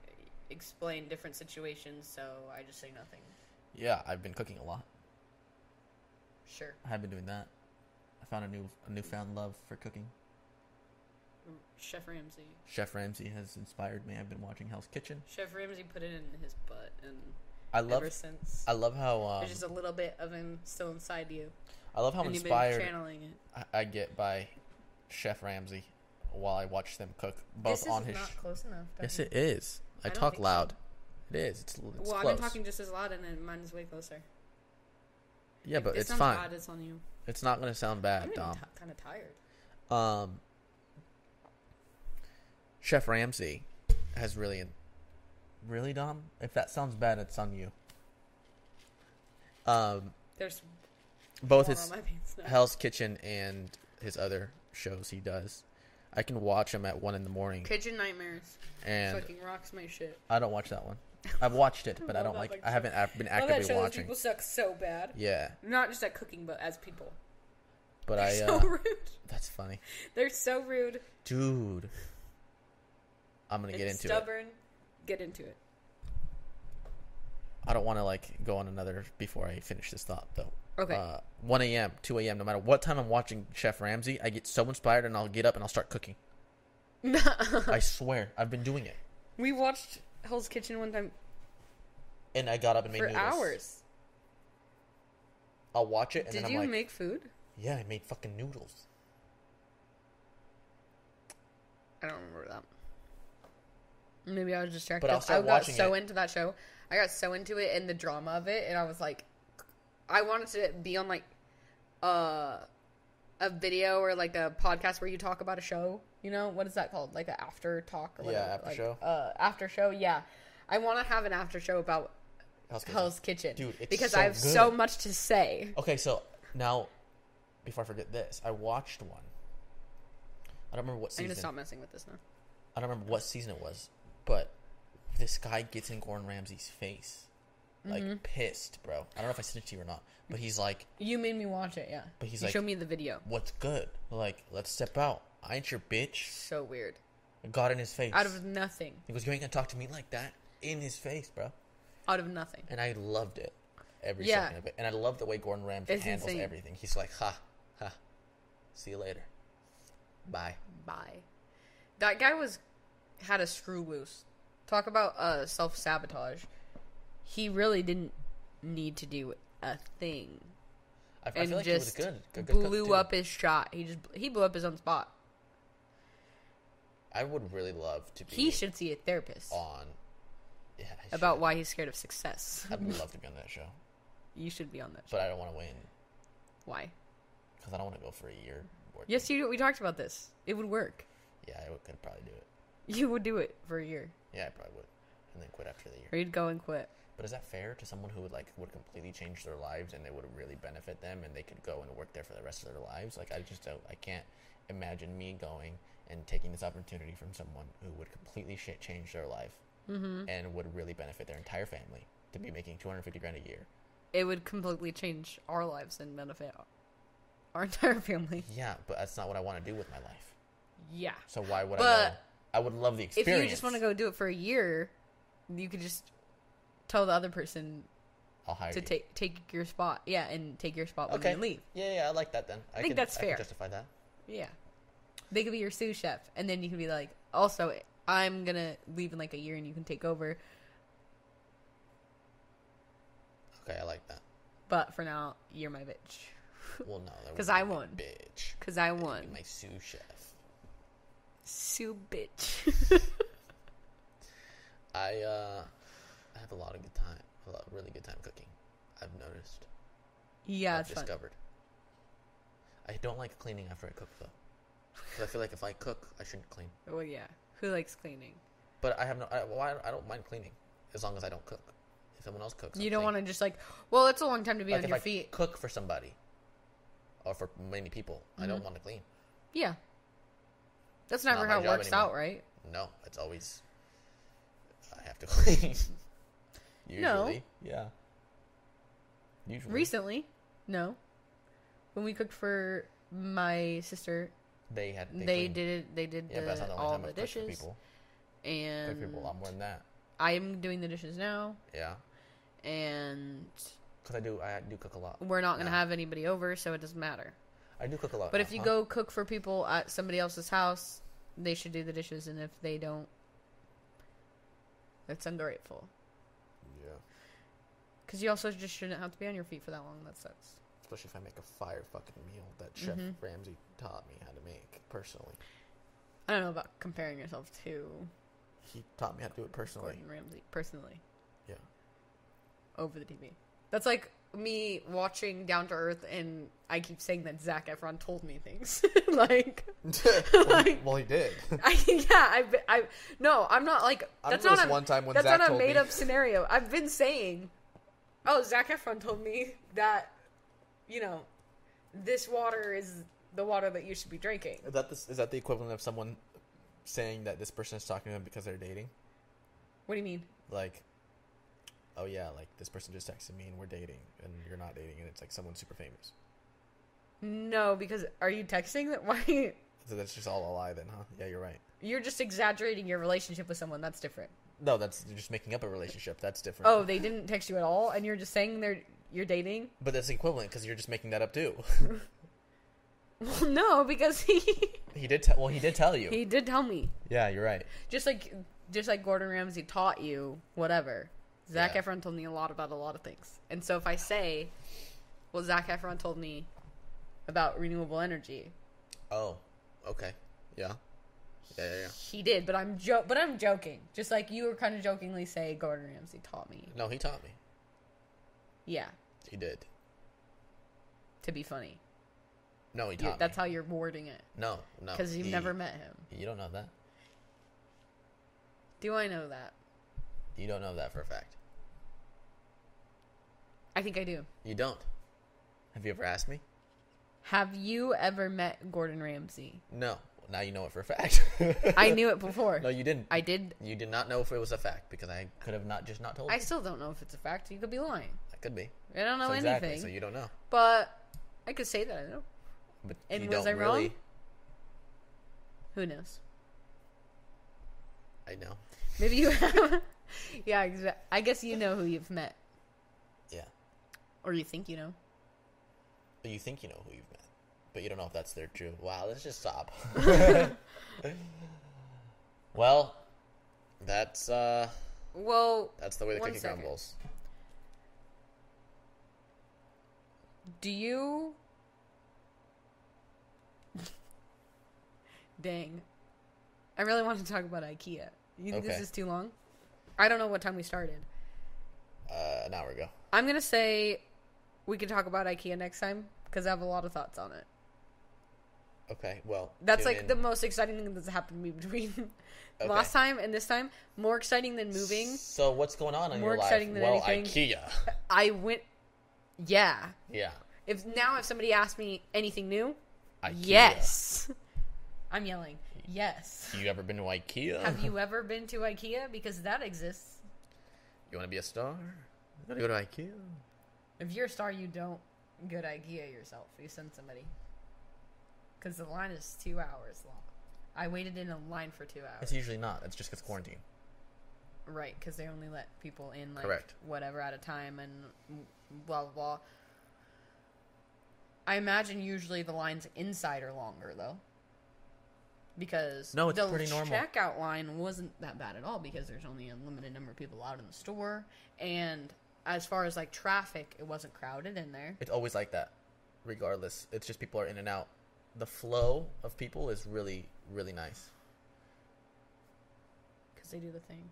Speaker 3: eh, explain different situations, so I just say nothing.
Speaker 1: Yeah, I've been cooking a lot.
Speaker 3: Sure.
Speaker 1: I have been doing that. I found a new a newfound love for cooking.
Speaker 3: Mm, Chef Ramsay.
Speaker 1: Chef Ramsay has inspired me. I've been watching Hell's Kitchen.
Speaker 3: Chef Ramsay put it in his butt and
Speaker 1: I love
Speaker 3: ever since
Speaker 1: I love how um,
Speaker 3: there's just a little bit of him still inside you.
Speaker 1: I love how
Speaker 3: and you've been
Speaker 1: inspired
Speaker 3: channeling it.
Speaker 1: I, I get by Chef Ramsay while I watch them cook, both
Speaker 3: this
Speaker 1: on
Speaker 3: is
Speaker 1: his.
Speaker 3: not close enough.
Speaker 1: yes,
Speaker 3: Dougie.
Speaker 1: it is. I,
Speaker 3: I don't
Speaker 1: talk
Speaker 3: think so.
Speaker 1: loud. It is. It's, l- it's
Speaker 3: Well,
Speaker 1: close.
Speaker 3: I've been talking just as loud, and then mine is way closer.
Speaker 1: yeah, but
Speaker 3: it
Speaker 1: it's
Speaker 3: sounds
Speaker 1: fine. Ah,
Speaker 3: odd. It's on you.
Speaker 1: It's not going to sound bad,
Speaker 3: I'm
Speaker 1: Dom.
Speaker 3: kind of tired.
Speaker 1: Um, Chef Ramsay has really, really Dom. If that sounds bad, it's on you. Um,
Speaker 3: There's
Speaker 1: both
Speaker 3: more
Speaker 1: his
Speaker 3: on Oh, my pants now.
Speaker 1: Hell's Kitchen and his other shows he does, I can watch him at one in the morning,
Speaker 3: Kitchen nightmares
Speaker 1: and
Speaker 3: fucking rocks my shit.
Speaker 1: I don't watch that one. I've watched it, but I
Speaker 3: Love
Speaker 1: don't
Speaker 3: that
Speaker 1: like.
Speaker 3: fucking
Speaker 1: I haven't ac- been
Speaker 3: Well, Oh, that
Speaker 1: actively
Speaker 3: show those
Speaker 1: watching.
Speaker 3: people suck so bad.
Speaker 1: Yeah,
Speaker 3: Not just at cooking, but as people.
Speaker 1: but
Speaker 3: They're
Speaker 1: I.
Speaker 3: so
Speaker 1: Uh,
Speaker 3: rude.
Speaker 1: that's funny,
Speaker 3: They're so rude.
Speaker 1: dude. I'm gonna
Speaker 3: And
Speaker 1: get into it.
Speaker 3: stubborn. Get into it.
Speaker 1: I don't want to like go on another before I finish this thought though.
Speaker 3: Okay.
Speaker 1: Uh, 1 a.m., 2 a.m. No matter what time I'm watching Chef Ramsay, I get so inspired and I'll get up and I'll start cooking. I swear, I've been doing it,
Speaker 3: we watched Hell's Kitchen one time
Speaker 1: and I got up and made
Speaker 3: for
Speaker 1: noodles.
Speaker 3: hours.
Speaker 1: I'll watch it, and
Speaker 3: Did
Speaker 1: then I'm
Speaker 3: you
Speaker 1: like,
Speaker 3: make food?
Speaker 1: yeah, I made fucking noodles.
Speaker 3: I don't remember that. Maybe I was distracted.
Speaker 1: But I'll
Speaker 3: 'cause
Speaker 1: start
Speaker 3: I got
Speaker 1: watching
Speaker 3: so
Speaker 1: it.
Speaker 3: into that show. I got so into it and the drama of it, and I was like, I wanted to be on like uh, a video or like a podcast where you talk about a show. You know what is that called? Like an after talk or
Speaker 1: Yeah,
Speaker 3: whatever.
Speaker 1: after
Speaker 3: like,
Speaker 1: show.
Speaker 3: Uh, after show. Yeah, I want to have an after show about
Speaker 1: Hell's Kitchen.
Speaker 3: Hell's Kitchen,
Speaker 1: Dude, it's
Speaker 3: because
Speaker 1: so
Speaker 3: I have
Speaker 1: good. Oh,
Speaker 3: so much to say.
Speaker 1: Okay, so now, before I forget this, I watched one. I don't remember what
Speaker 3: I'm
Speaker 1: season.
Speaker 3: gonna stop messing with this now.
Speaker 1: I don't remember what season it was, but this guy gets in Gordon Ramsay's face, like
Speaker 3: Mm-hmm.
Speaker 1: pissed, bro. I don't know if I sent it to you or not, but he's like,
Speaker 3: You made me watch it. Yeah,
Speaker 1: But he's
Speaker 3: you
Speaker 1: like-
Speaker 3: showed me the video.
Speaker 1: "What's good? Like, let's step out. I ain't your bitch."
Speaker 3: So weird.
Speaker 1: got in his face.
Speaker 3: Out of nothing.
Speaker 1: he goes, "You ain't gonna talk to me like that." In his face, bro.
Speaker 3: Out of nothing.
Speaker 1: And I loved it. every
Speaker 3: Yeah.
Speaker 1: second of it. And I love the way Gordon Ramsay
Speaker 3: It's
Speaker 1: handles
Speaker 3: insane.
Speaker 1: everything. He's like, ha, ha. See you later. Bye.
Speaker 3: Bye. That guy was had a screw loose. Talk about uh, self sabotage. He really didn't need to do a thing,
Speaker 1: I, I
Speaker 3: and
Speaker 1: feel like
Speaker 3: just
Speaker 1: he was good. good, good cook,
Speaker 3: blew
Speaker 1: too.
Speaker 3: up his shot. He just he blew up his own spot.
Speaker 1: I would really love to be
Speaker 3: He should see a therapist
Speaker 1: on. Yeah, I
Speaker 3: about why he's scared of success.
Speaker 1: should. I would love to be on that show,
Speaker 3: You should be on that.
Speaker 1: but I don't want to win
Speaker 3: Why?
Speaker 1: because I don't want to go for a year. Working.
Speaker 3: Yes, you. We talked about this. It would work.
Speaker 1: Yeah, I would, could probably do it.
Speaker 3: You would do it for a year,
Speaker 1: Yeah, I probably would, and then quit after the year.
Speaker 3: or you'd go and quit.
Speaker 1: But is that fair to someone who would like would completely change their lives and it would really benefit them and they could go and work there for the rest of their lives? Like I just don't, I can't imagine me going and taking this opportunity from someone who would completely shit change their life
Speaker 3: Mm-hmm. Mm.
Speaker 1: and would really benefit their entire family to be making 250 grand a year.
Speaker 3: It would completely change our lives and benefit our entire family.
Speaker 1: Yeah, but that's not what I want to do with my life.
Speaker 3: Yeah.
Speaker 1: So why would I?
Speaker 3: But
Speaker 1: Go? I would love the
Speaker 3: if
Speaker 1: experience.
Speaker 3: you just want to go do it for a year, you could just tell the other person
Speaker 1: I'll hire
Speaker 3: to
Speaker 1: you.
Speaker 3: take take your spot. Yeah, and take your spot when
Speaker 1: okay.
Speaker 3: you leave.
Speaker 1: Yeah, yeah, I like that then. I,
Speaker 3: think
Speaker 1: can-
Speaker 3: that's
Speaker 1: I can
Speaker 3: fair.
Speaker 1: justify that.
Speaker 3: Yeah, they could be your sous chef, and then you can be like, also, I'm gonna leave in like a year, and you can take over.
Speaker 1: Okay, I like that.
Speaker 3: But for now, you're my bitch,
Speaker 1: Well, no, that
Speaker 3: 'Cause
Speaker 1: wouldn't
Speaker 3: I
Speaker 1: be
Speaker 3: won.
Speaker 1: Bitch,
Speaker 3: cause I
Speaker 1: Be
Speaker 3: won.
Speaker 1: my sous chef.
Speaker 3: Sous bitch.
Speaker 1: I uh, I have a lot of good time, a lot, really good time cooking. I've noticed.
Speaker 3: yeah,
Speaker 1: I've
Speaker 3: it's fun.
Speaker 1: discovered. I don't like cleaning after I cook though, 'Cause I feel like if I cook, I shouldn't clean.
Speaker 3: Well, yeah. Who likes cleaning?
Speaker 1: But I have no. I, well, I, I don't mind cleaning as long as I don't cook. If someone else cooks,
Speaker 3: You don't want to just like. Well, it's a long time to be
Speaker 1: like
Speaker 3: on
Speaker 1: if
Speaker 3: your
Speaker 1: I
Speaker 3: feet.
Speaker 1: cook for somebody, or for many people, I
Speaker 3: Mm-hmm.
Speaker 1: don't want to clean.
Speaker 3: Yeah. That's
Speaker 1: not
Speaker 3: never
Speaker 1: my
Speaker 3: how it
Speaker 1: job
Speaker 3: works
Speaker 1: anymore.
Speaker 3: out, right?
Speaker 1: No, it's always I have to clean. Usually,
Speaker 3: No.
Speaker 1: yeah. Usually,
Speaker 3: Recently, no. When we cooked for my sister,
Speaker 1: they had
Speaker 3: they,
Speaker 1: cleaned.
Speaker 3: did it. They did
Speaker 1: Yeah, but that's
Speaker 3: the,
Speaker 1: not the only
Speaker 3: all
Speaker 1: time
Speaker 3: the
Speaker 1: I've cooked for
Speaker 3: dishes,
Speaker 1: people. Cooked
Speaker 3: and
Speaker 1: for people a lot more than that.
Speaker 3: I'm doing the dishes now,
Speaker 1: Yeah,
Speaker 3: and
Speaker 1: because I do. I do cook a lot.
Speaker 3: we're not gonna
Speaker 1: Yeah.
Speaker 3: have anybody over, so it doesn't matter.
Speaker 1: I do cook a lot. uh-huh.
Speaker 3: But
Speaker 1: now,
Speaker 3: if you
Speaker 1: huh?
Speaker 3: go cook for people at somebody else's house, they should do the dishes, and if they don't, that's ungrateful.
Speaker 1: yeah,
Speaker 3: Because you also just shouldn't have to be on your feet for that long. That sucks.
Speaker 1: especially if I make a fire fucking meal that Chef
Speaker 3: Mm-hmm.
Speaker 1: Ramsay taught me how to make personally.
Speaker 3: I don't know about comparing yourself to
Speaker 1: He taught me how to do it personally.
Speaker 3: Gordon Ramsay personally
Speaker 1: Yeah,
Speaker 3: over the TV. That's like me watching Down to Earth, and I keep saying that Zach Efron told me things. like,
Speaker 1: well, he, well, he did.
Speaker 3: I, yeah, I, I, no, I'm not like
Speaker 1: I
Speaker 3: that's
Speaker 1: remember
Speaker 3: not
Speaker 1: this
Speaker 3: a,
Speaker 1: one time when
Speaker 3: that's
Speaker 1: Zach
Speaker 3: not a
Speaker 1: told me-
Speaker 3: made up scenario. I've been saying, oh, Zach Efron told me that, you know, this water is the water that you should be drinking.
Speaker 1: Is that this? Is that the equivalent of someone saying that this person is talking to them because they're dating?
Speaker 3: What do you mean?
Speaker 1: like oh yeah like this person just texted me and we're dating and you're not dating and it's like someone super famous
Speaker 3: No, because are you texting that? Why? Are you,
Speaker 1: so that's just all a lie then huh yeah you're right
Speaker 3: You're just exaggerating your relationship with someone. That's different.
Speaker 1: no that's you're just making up a relationship that's different
Speaker 3: Oh, they didn't text you at all, and you're just saying they're you're dating.
Speaker 1: but that's equivalent because you're just making that up too
Speaker 3: Well, no, because he
Speaker 1: he did tell well he did tell you
Speaker 3: he did tell me.
Speaker 1: yeah you're right
Speaker 3: Just like just like Gordon Ramsay taught you whatever. Zach
Speaker 1: Yeah.
Speaker 3: Efron told me a lot about a lot of things, and so if I say, "Well, Zach Efron told me about renewable energy,"
Speaker 1: oh okay yeah yeah yeah, yeah.
Speaker 3: he did, but I'm jo- but I'm joking. Just like you were kind of jokingly say, "Gordon Ramsay taught me,"
Speaker 1: no he taught me
Speaker 3: yeah,
Speaker 1: he did
Speaker 3: to be funny.
Speaker 1: no he
Speaker 3: You,
Speaker 1: taught
Speaker 3: that's
Speaker 1: me
Speaker 3: how you're wording it
Speaker 1: no no
Speaker 3: because you've
Speaker 1: he-
Speaker 3: never met him.
Speaker 1: you don't know that
Speaker 3: Do I know that?
Speaker 1: you don't know that for a fact
Speaker 3: I think I do.
Speaker 1: you don't have you ever asked me
Speaker 3: Have you ever met Gordon Ramsay?
Speaker 1: no now you know it for a fact
Speaker 3: I knew it before.
Speaker 1: no you didn't
Speaker 3: I did.
Speaker 1: You did not know if it was a fact because I could have not just not told you.
Speaker 3: I
Speaker 1: I,
Speaker 3: still don't know if it's a fact. You could be lying.
Speaker 1: could be.
Speaker 3: I don't know
Speaker 1: so
Speaker 3: anything.
Speaker 1: exactly. So you don't know.
Speaker 3: But I could say that I know.
Speaker 1: But
Speaker 3: And
Speaker 1: you
Speaker 3: was
Speaker 1: don't
Speaker 3: I wrong?
Speaker 1: really.
Speaker 3: Who knows?
Speaker 1: I know.
Speaker 3: Maybe you have. yeah, exa- I guess you know who you've met.
Speaker 1: Yeah.
Speaker 3: Or you think you know.
Speaker 1: But you think you know who you've met, but you don't know if that's their true. Wow, let's just stop. well, that's uh,
Speaker 3: Well,
Speaker 1: that's the way the
Speaker 3: One
Speaker 1: cookie
Speaker 3: second.
Speaker 1: crumbles.
Speaker 3: do you. Dang. I really want to talk about IKEA. You think this
Speaker 1: Okay.
Speaker 3: is too long? I don't know what time we started.
Speaker 1: Uh, an hour ago.
Speaker 3: I'm going to say we can talk about IKEA next time because I have a lot of thoughts on it.
Speaker 1: Okay, well,
Speaker 3: That's
Speaker 1: tune
Speaker 3: like
Speaker 1: in.
Speaker 3: the most exciting thing that's happened to me between
Speaker 1: Okay.
Speaker 3: last time and this time. More exciting than moving.
Speaker 1: So what's going on in
Speaker 3: more
Speaker 1: your life?
Speaker 3: exciting than
Speaker 1: well,
Speaker 3: anything.
Speaker 1: IKEA.
Speaker 3: I went. Yeah.
Speaker 1: yeah.
Speaker 3: If now if somebody asked me anything new,
Speaker 1: IKEA.
Speaker 3: yes. I'm yelling. Yes.
Speaker 1: You ever been to IKEA?
Speaker 3: Have you ever been to IKEA? Because that exists.
Speaker 1: You want to be a star? You want to go to IKEA?
Speaker 3: If you're a star, you don't go to IKEA yourself. You send somebody. Because the line is two hours long. I waited in a line for two hours.
Speaker 1: It's usually not. It's just because quarantine.
Speaker 3: Right, because they only let people in like
Speaker 1: Correct.
Speaker 3: whatever at a time and blah blah blah. I imagine usually the lines inside are longer though, because
Speaker 1: No, it's
Speaker 3: the
Speaker 1: pretty normal.
Speaker 3: checkout line wasn't that bad at all because there's only a limited number of people out in the store, and as far as like traffic, it wasn't crowded in there.
Speaker 1: It's always like that, regardless. It's just people are in and out. The flow of people is really, really nice.
Speaker 3: because they do the thing.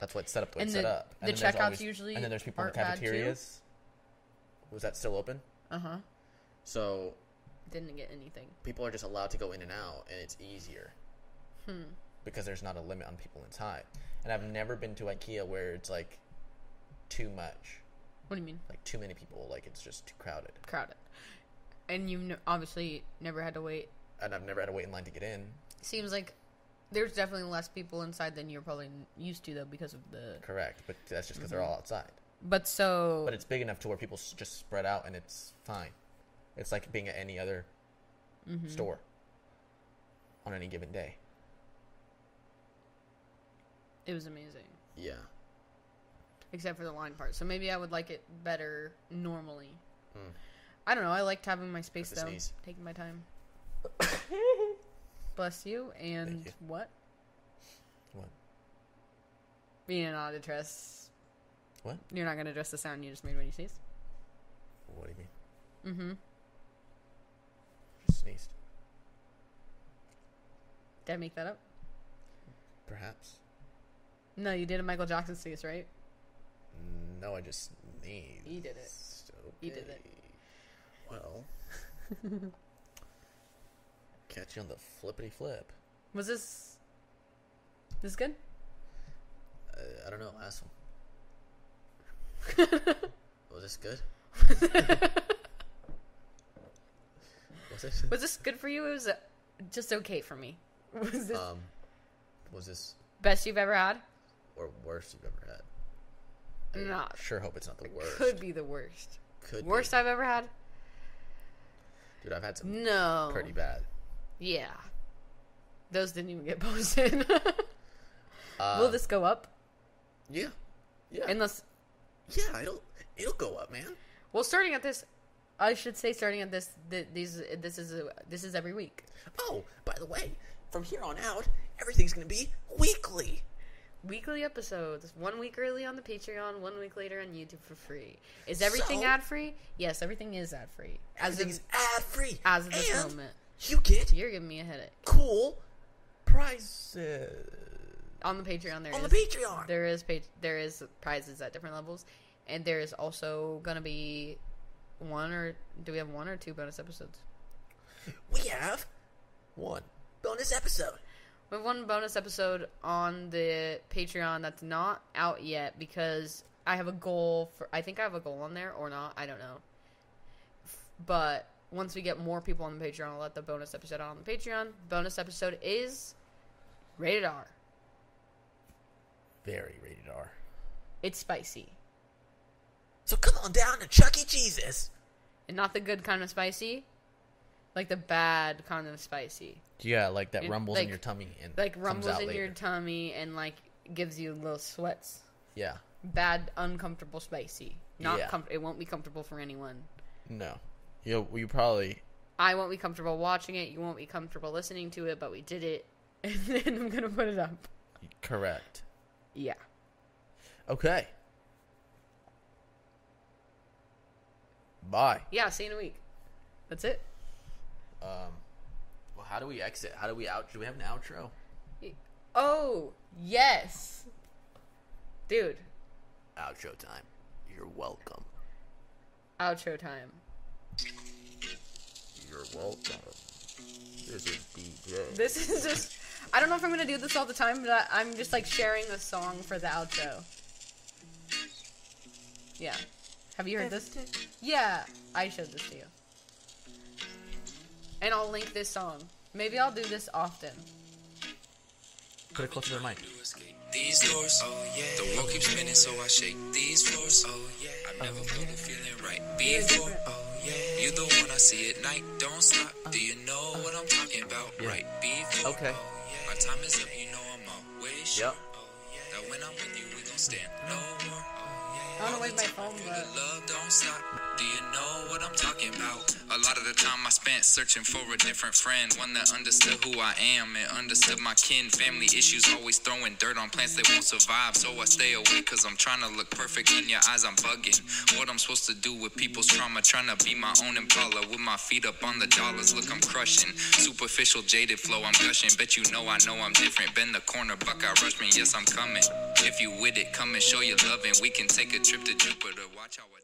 Speaker 1: That's why it's set up the way
Speaker 3: And
Speaker 1: it's
Speaker 3: the-
Speaker 1: set up.
Speaker 3: the
Speaker 1: then there's
Speaker 3: checkouts usually
Speaker 1: And then there's people in the
Speaker 3: aren't bad, too.
Speaker 1: cafeterias. Was that still open?
Speaker 3: Uh
Speaker 1: Uh-huh.
Speaker 3: huh.
Speaker 1: So
Speaker 3: Didn't get anything.
Speaker 1: people are just allowed to go in and out, and it's easier
Speaker 3: Hmm.
Speaker 1: because there's not a limit on people inside. And I've never been to IKEA where it's like too much,
Speaker 3: What do you mean
Speaker 1: like too many people, like it's just too crowded.
Speaker 3: crowded? And you have obviously never had to wait
Speaker 1: And I've never had to wait in line to get in.
Speaker 3: seems like there's definitely less people inside than you're probably used to though because of the
Speaker 1: Correct, but that's just because they're
Speaker 3: Mm-hmm.
Speaker 1: all outside.
Speaker 3: but so
Speaker 1: But it's big enough to where people s- just spread out, and it's fine. It's like being at any other
Speaker 3: Mm-hmm.
Speaker 1: store on any given day.
Speaker 3: it was amazing
Speaker 1: Yeah.
Speaker 3: except for the line part so maybe i would like it better normally i don't know i liked having my space
Speaker 1: the
Speaker 3: though
Speaker 1: Hmm. sneeze.
Speaker 3: taking my time bless you and
Speaker 1: you.
Speaker 3: what
Speaker 1: What?
Speaker 3: being an odd address
Speaker 1: What?
Speaker 3: you're not going to address the sound you just made when you sneeze
Speaker 1: What do you mean?
Speaker 3: mm-hmm
Speaker 1: Just sneezed.
Speaker 3: did i make that up
Speaker 1: Perhaps.
Speaker 3: no you did a michael jackson sneeze right
Speaker 1: No, I just sneezed.
Speaker 3: You did it. You did it.
Speaker 1: Okay. Well. Catch you on the flippity flip.
Speaker 3: was this this good
Speaker 1: Uh, I don't know, asshole. Was this good? was it?
Speaker 3: Was this good for you? It was uh, just okay for me. Was this
Speaker 1: Um, was this
Speaker 3: best you've ever had?
Speaker 1: or worst you've ever had?
Speaker 3: Not.
Speaker 1: Sure, hope it's not the worst.
Speaker 3: Could be the worst.
Speaker 1: Could be.
Speaker 3: Worst I've ever had?
Speaker 1: Dude, I've had some
Speaker 3: No.
Speaker 1: pretty bad.
Speaker 3: Yeah. Those didn't even get posted.
Speaker 1: Uh,
Speaker 3: Will this go up?
Speaker 1: Yeah. Yeah.
Speaker 3: Unless
Speaker 1: yeah, it'll it'll go up, man.
Speaker 3: well, starting at this, I should say starting at this. Th- these this is a, this is every week.
Speaker 1: Oh, by the way, from here on out, everything's gonna be weekly.
Speaker 3: Weekly episodes, one week early on the Patreon, one week later on YouTube for free. Is everything
Speaker 1: So-
Speaker 3: ad free? Yes, everything is ad free. As of,
Speaker 1: Everything's ad free.
Speaker 3: as of this
Speaker 1: and
Speaker 3: moment,
Speaker 1: you get
Speaker 3: you're giving me a headache.
Speaker 1: cool prizes
Speaker 3: on the Patreon there
Speaker 1: on the
Speaker 3: is-
Speaker 1: Patreon.
Speaker 3: there is page there is prizes at different levels, and there is also gonna be one or do we have one or two bonus episodes?
Speaker 1: We have one bonus episode.
Speaker 3: We have one bonus episode on the Patreon that's not out yet because I have a goal for I think I have a goal on there or not I don't know, F- but once we get more people on the Patreon, I'll let the bonus episode out on the Patreon. Bonus episode is rated R.
Speaker 1: Very rated R.
Speaker 3: It's spicy.
Speaker 1: So come on down to Chuck E. Cheese's.
Speaker 3: and not the good kind of spicy, like the bad kind of spicy,
Speaker 1: Yeah, like that
Speaker 3: It-
Speaker 1: rumbles in
Speaker 3: like-
Speaker 1: your tummy and
Speaker 3: like
Speaker 1: comes
Speaker 3: rumbles
Speaker 1: out
Speaker 3: in
Speaker 1: later.
Speaker 3: your tummy and like gives you little sweats.
Speaker 1: yeah,
Speaker 3: Bad, uncomfortable spicy. Not
Speaker 1: Yeah.
Speaker 3: com- it won't be comfortable for anyone.
Speaker 1: No, you you probably
Speaker 3: I won't be comfortable watching it. You won't be comfortable listening to it, but we did it. And then I'm going to put it up.
Speaker 1: correct.
Speaker 3: Yeah.
Speaker 1: Okay. Bye.
Speaker 3: Yeah, see you in a week. That's it.
Speaker 1: Um, well, how do we exit? How do we out? Do we have an outro?
Speaker 3: Oh, yes. Dude,
Speaker 1: Outro time. You're welcome.
Speaker 3: outro time.
Speaker 1: You're welcome. This is DJ.
Speaker 3: This is just. I don't know if I'm going to do this all the time, but I, I'm just like sharing the song for the outro. Yeah. Have you heard this? Yeah, I showed this to you. And I'll link this song. Maybe I'll do this often.
Speaker 1: Put it closer to the mic.
Speaker 4: to escape these doors. Oh yeah. The world keeps spinning, so I shake these floors. Oh yeah. I never felt it feeling right before. Oh yeah. You the one I see at night. Don't stop. Do you know what I'm talking about?
Speaker 1: Yeah.
Speaker 4: Right before.
Speaker 1: Okay.
Speaker 4: Oh, yeah. My time is up. You know I'm
Speaker 1: Yep.
Speaker 4: always sure. Oh yeah. That when I'm with you, we gon' stand no more. Oh yeah.
Speaker 3: I wanna
Speaker 4: All
Speaker 3: wave
Speaker 4: the
Speaker 3: my
Speaker 4: time I
Speaker 3: phone,
Speaker 4: feel
Speaker 3: but-
Speaker 4: the love don't stop. Do you know what I'm talking about? A lot of the time I spent searching for a different friend, one that understood who I am and understood my kin. Family issues always throwing dirt on plants that won't survive, so I stay away cause I'm trying to look perfect in your eyes. I'm bugging. What I'm supposed to do with people's trauma, trying to be my own Impala with my feet up on the dollars. Look, I'm crushing. Superficial, jaded flow, I'm gushing. Bet you know I know I'm different. Bend the corner, Buckeye Rushman, yes, I'm coming. If you with it, come and show your loving. We can take a trip to Jupiter. Watch how I.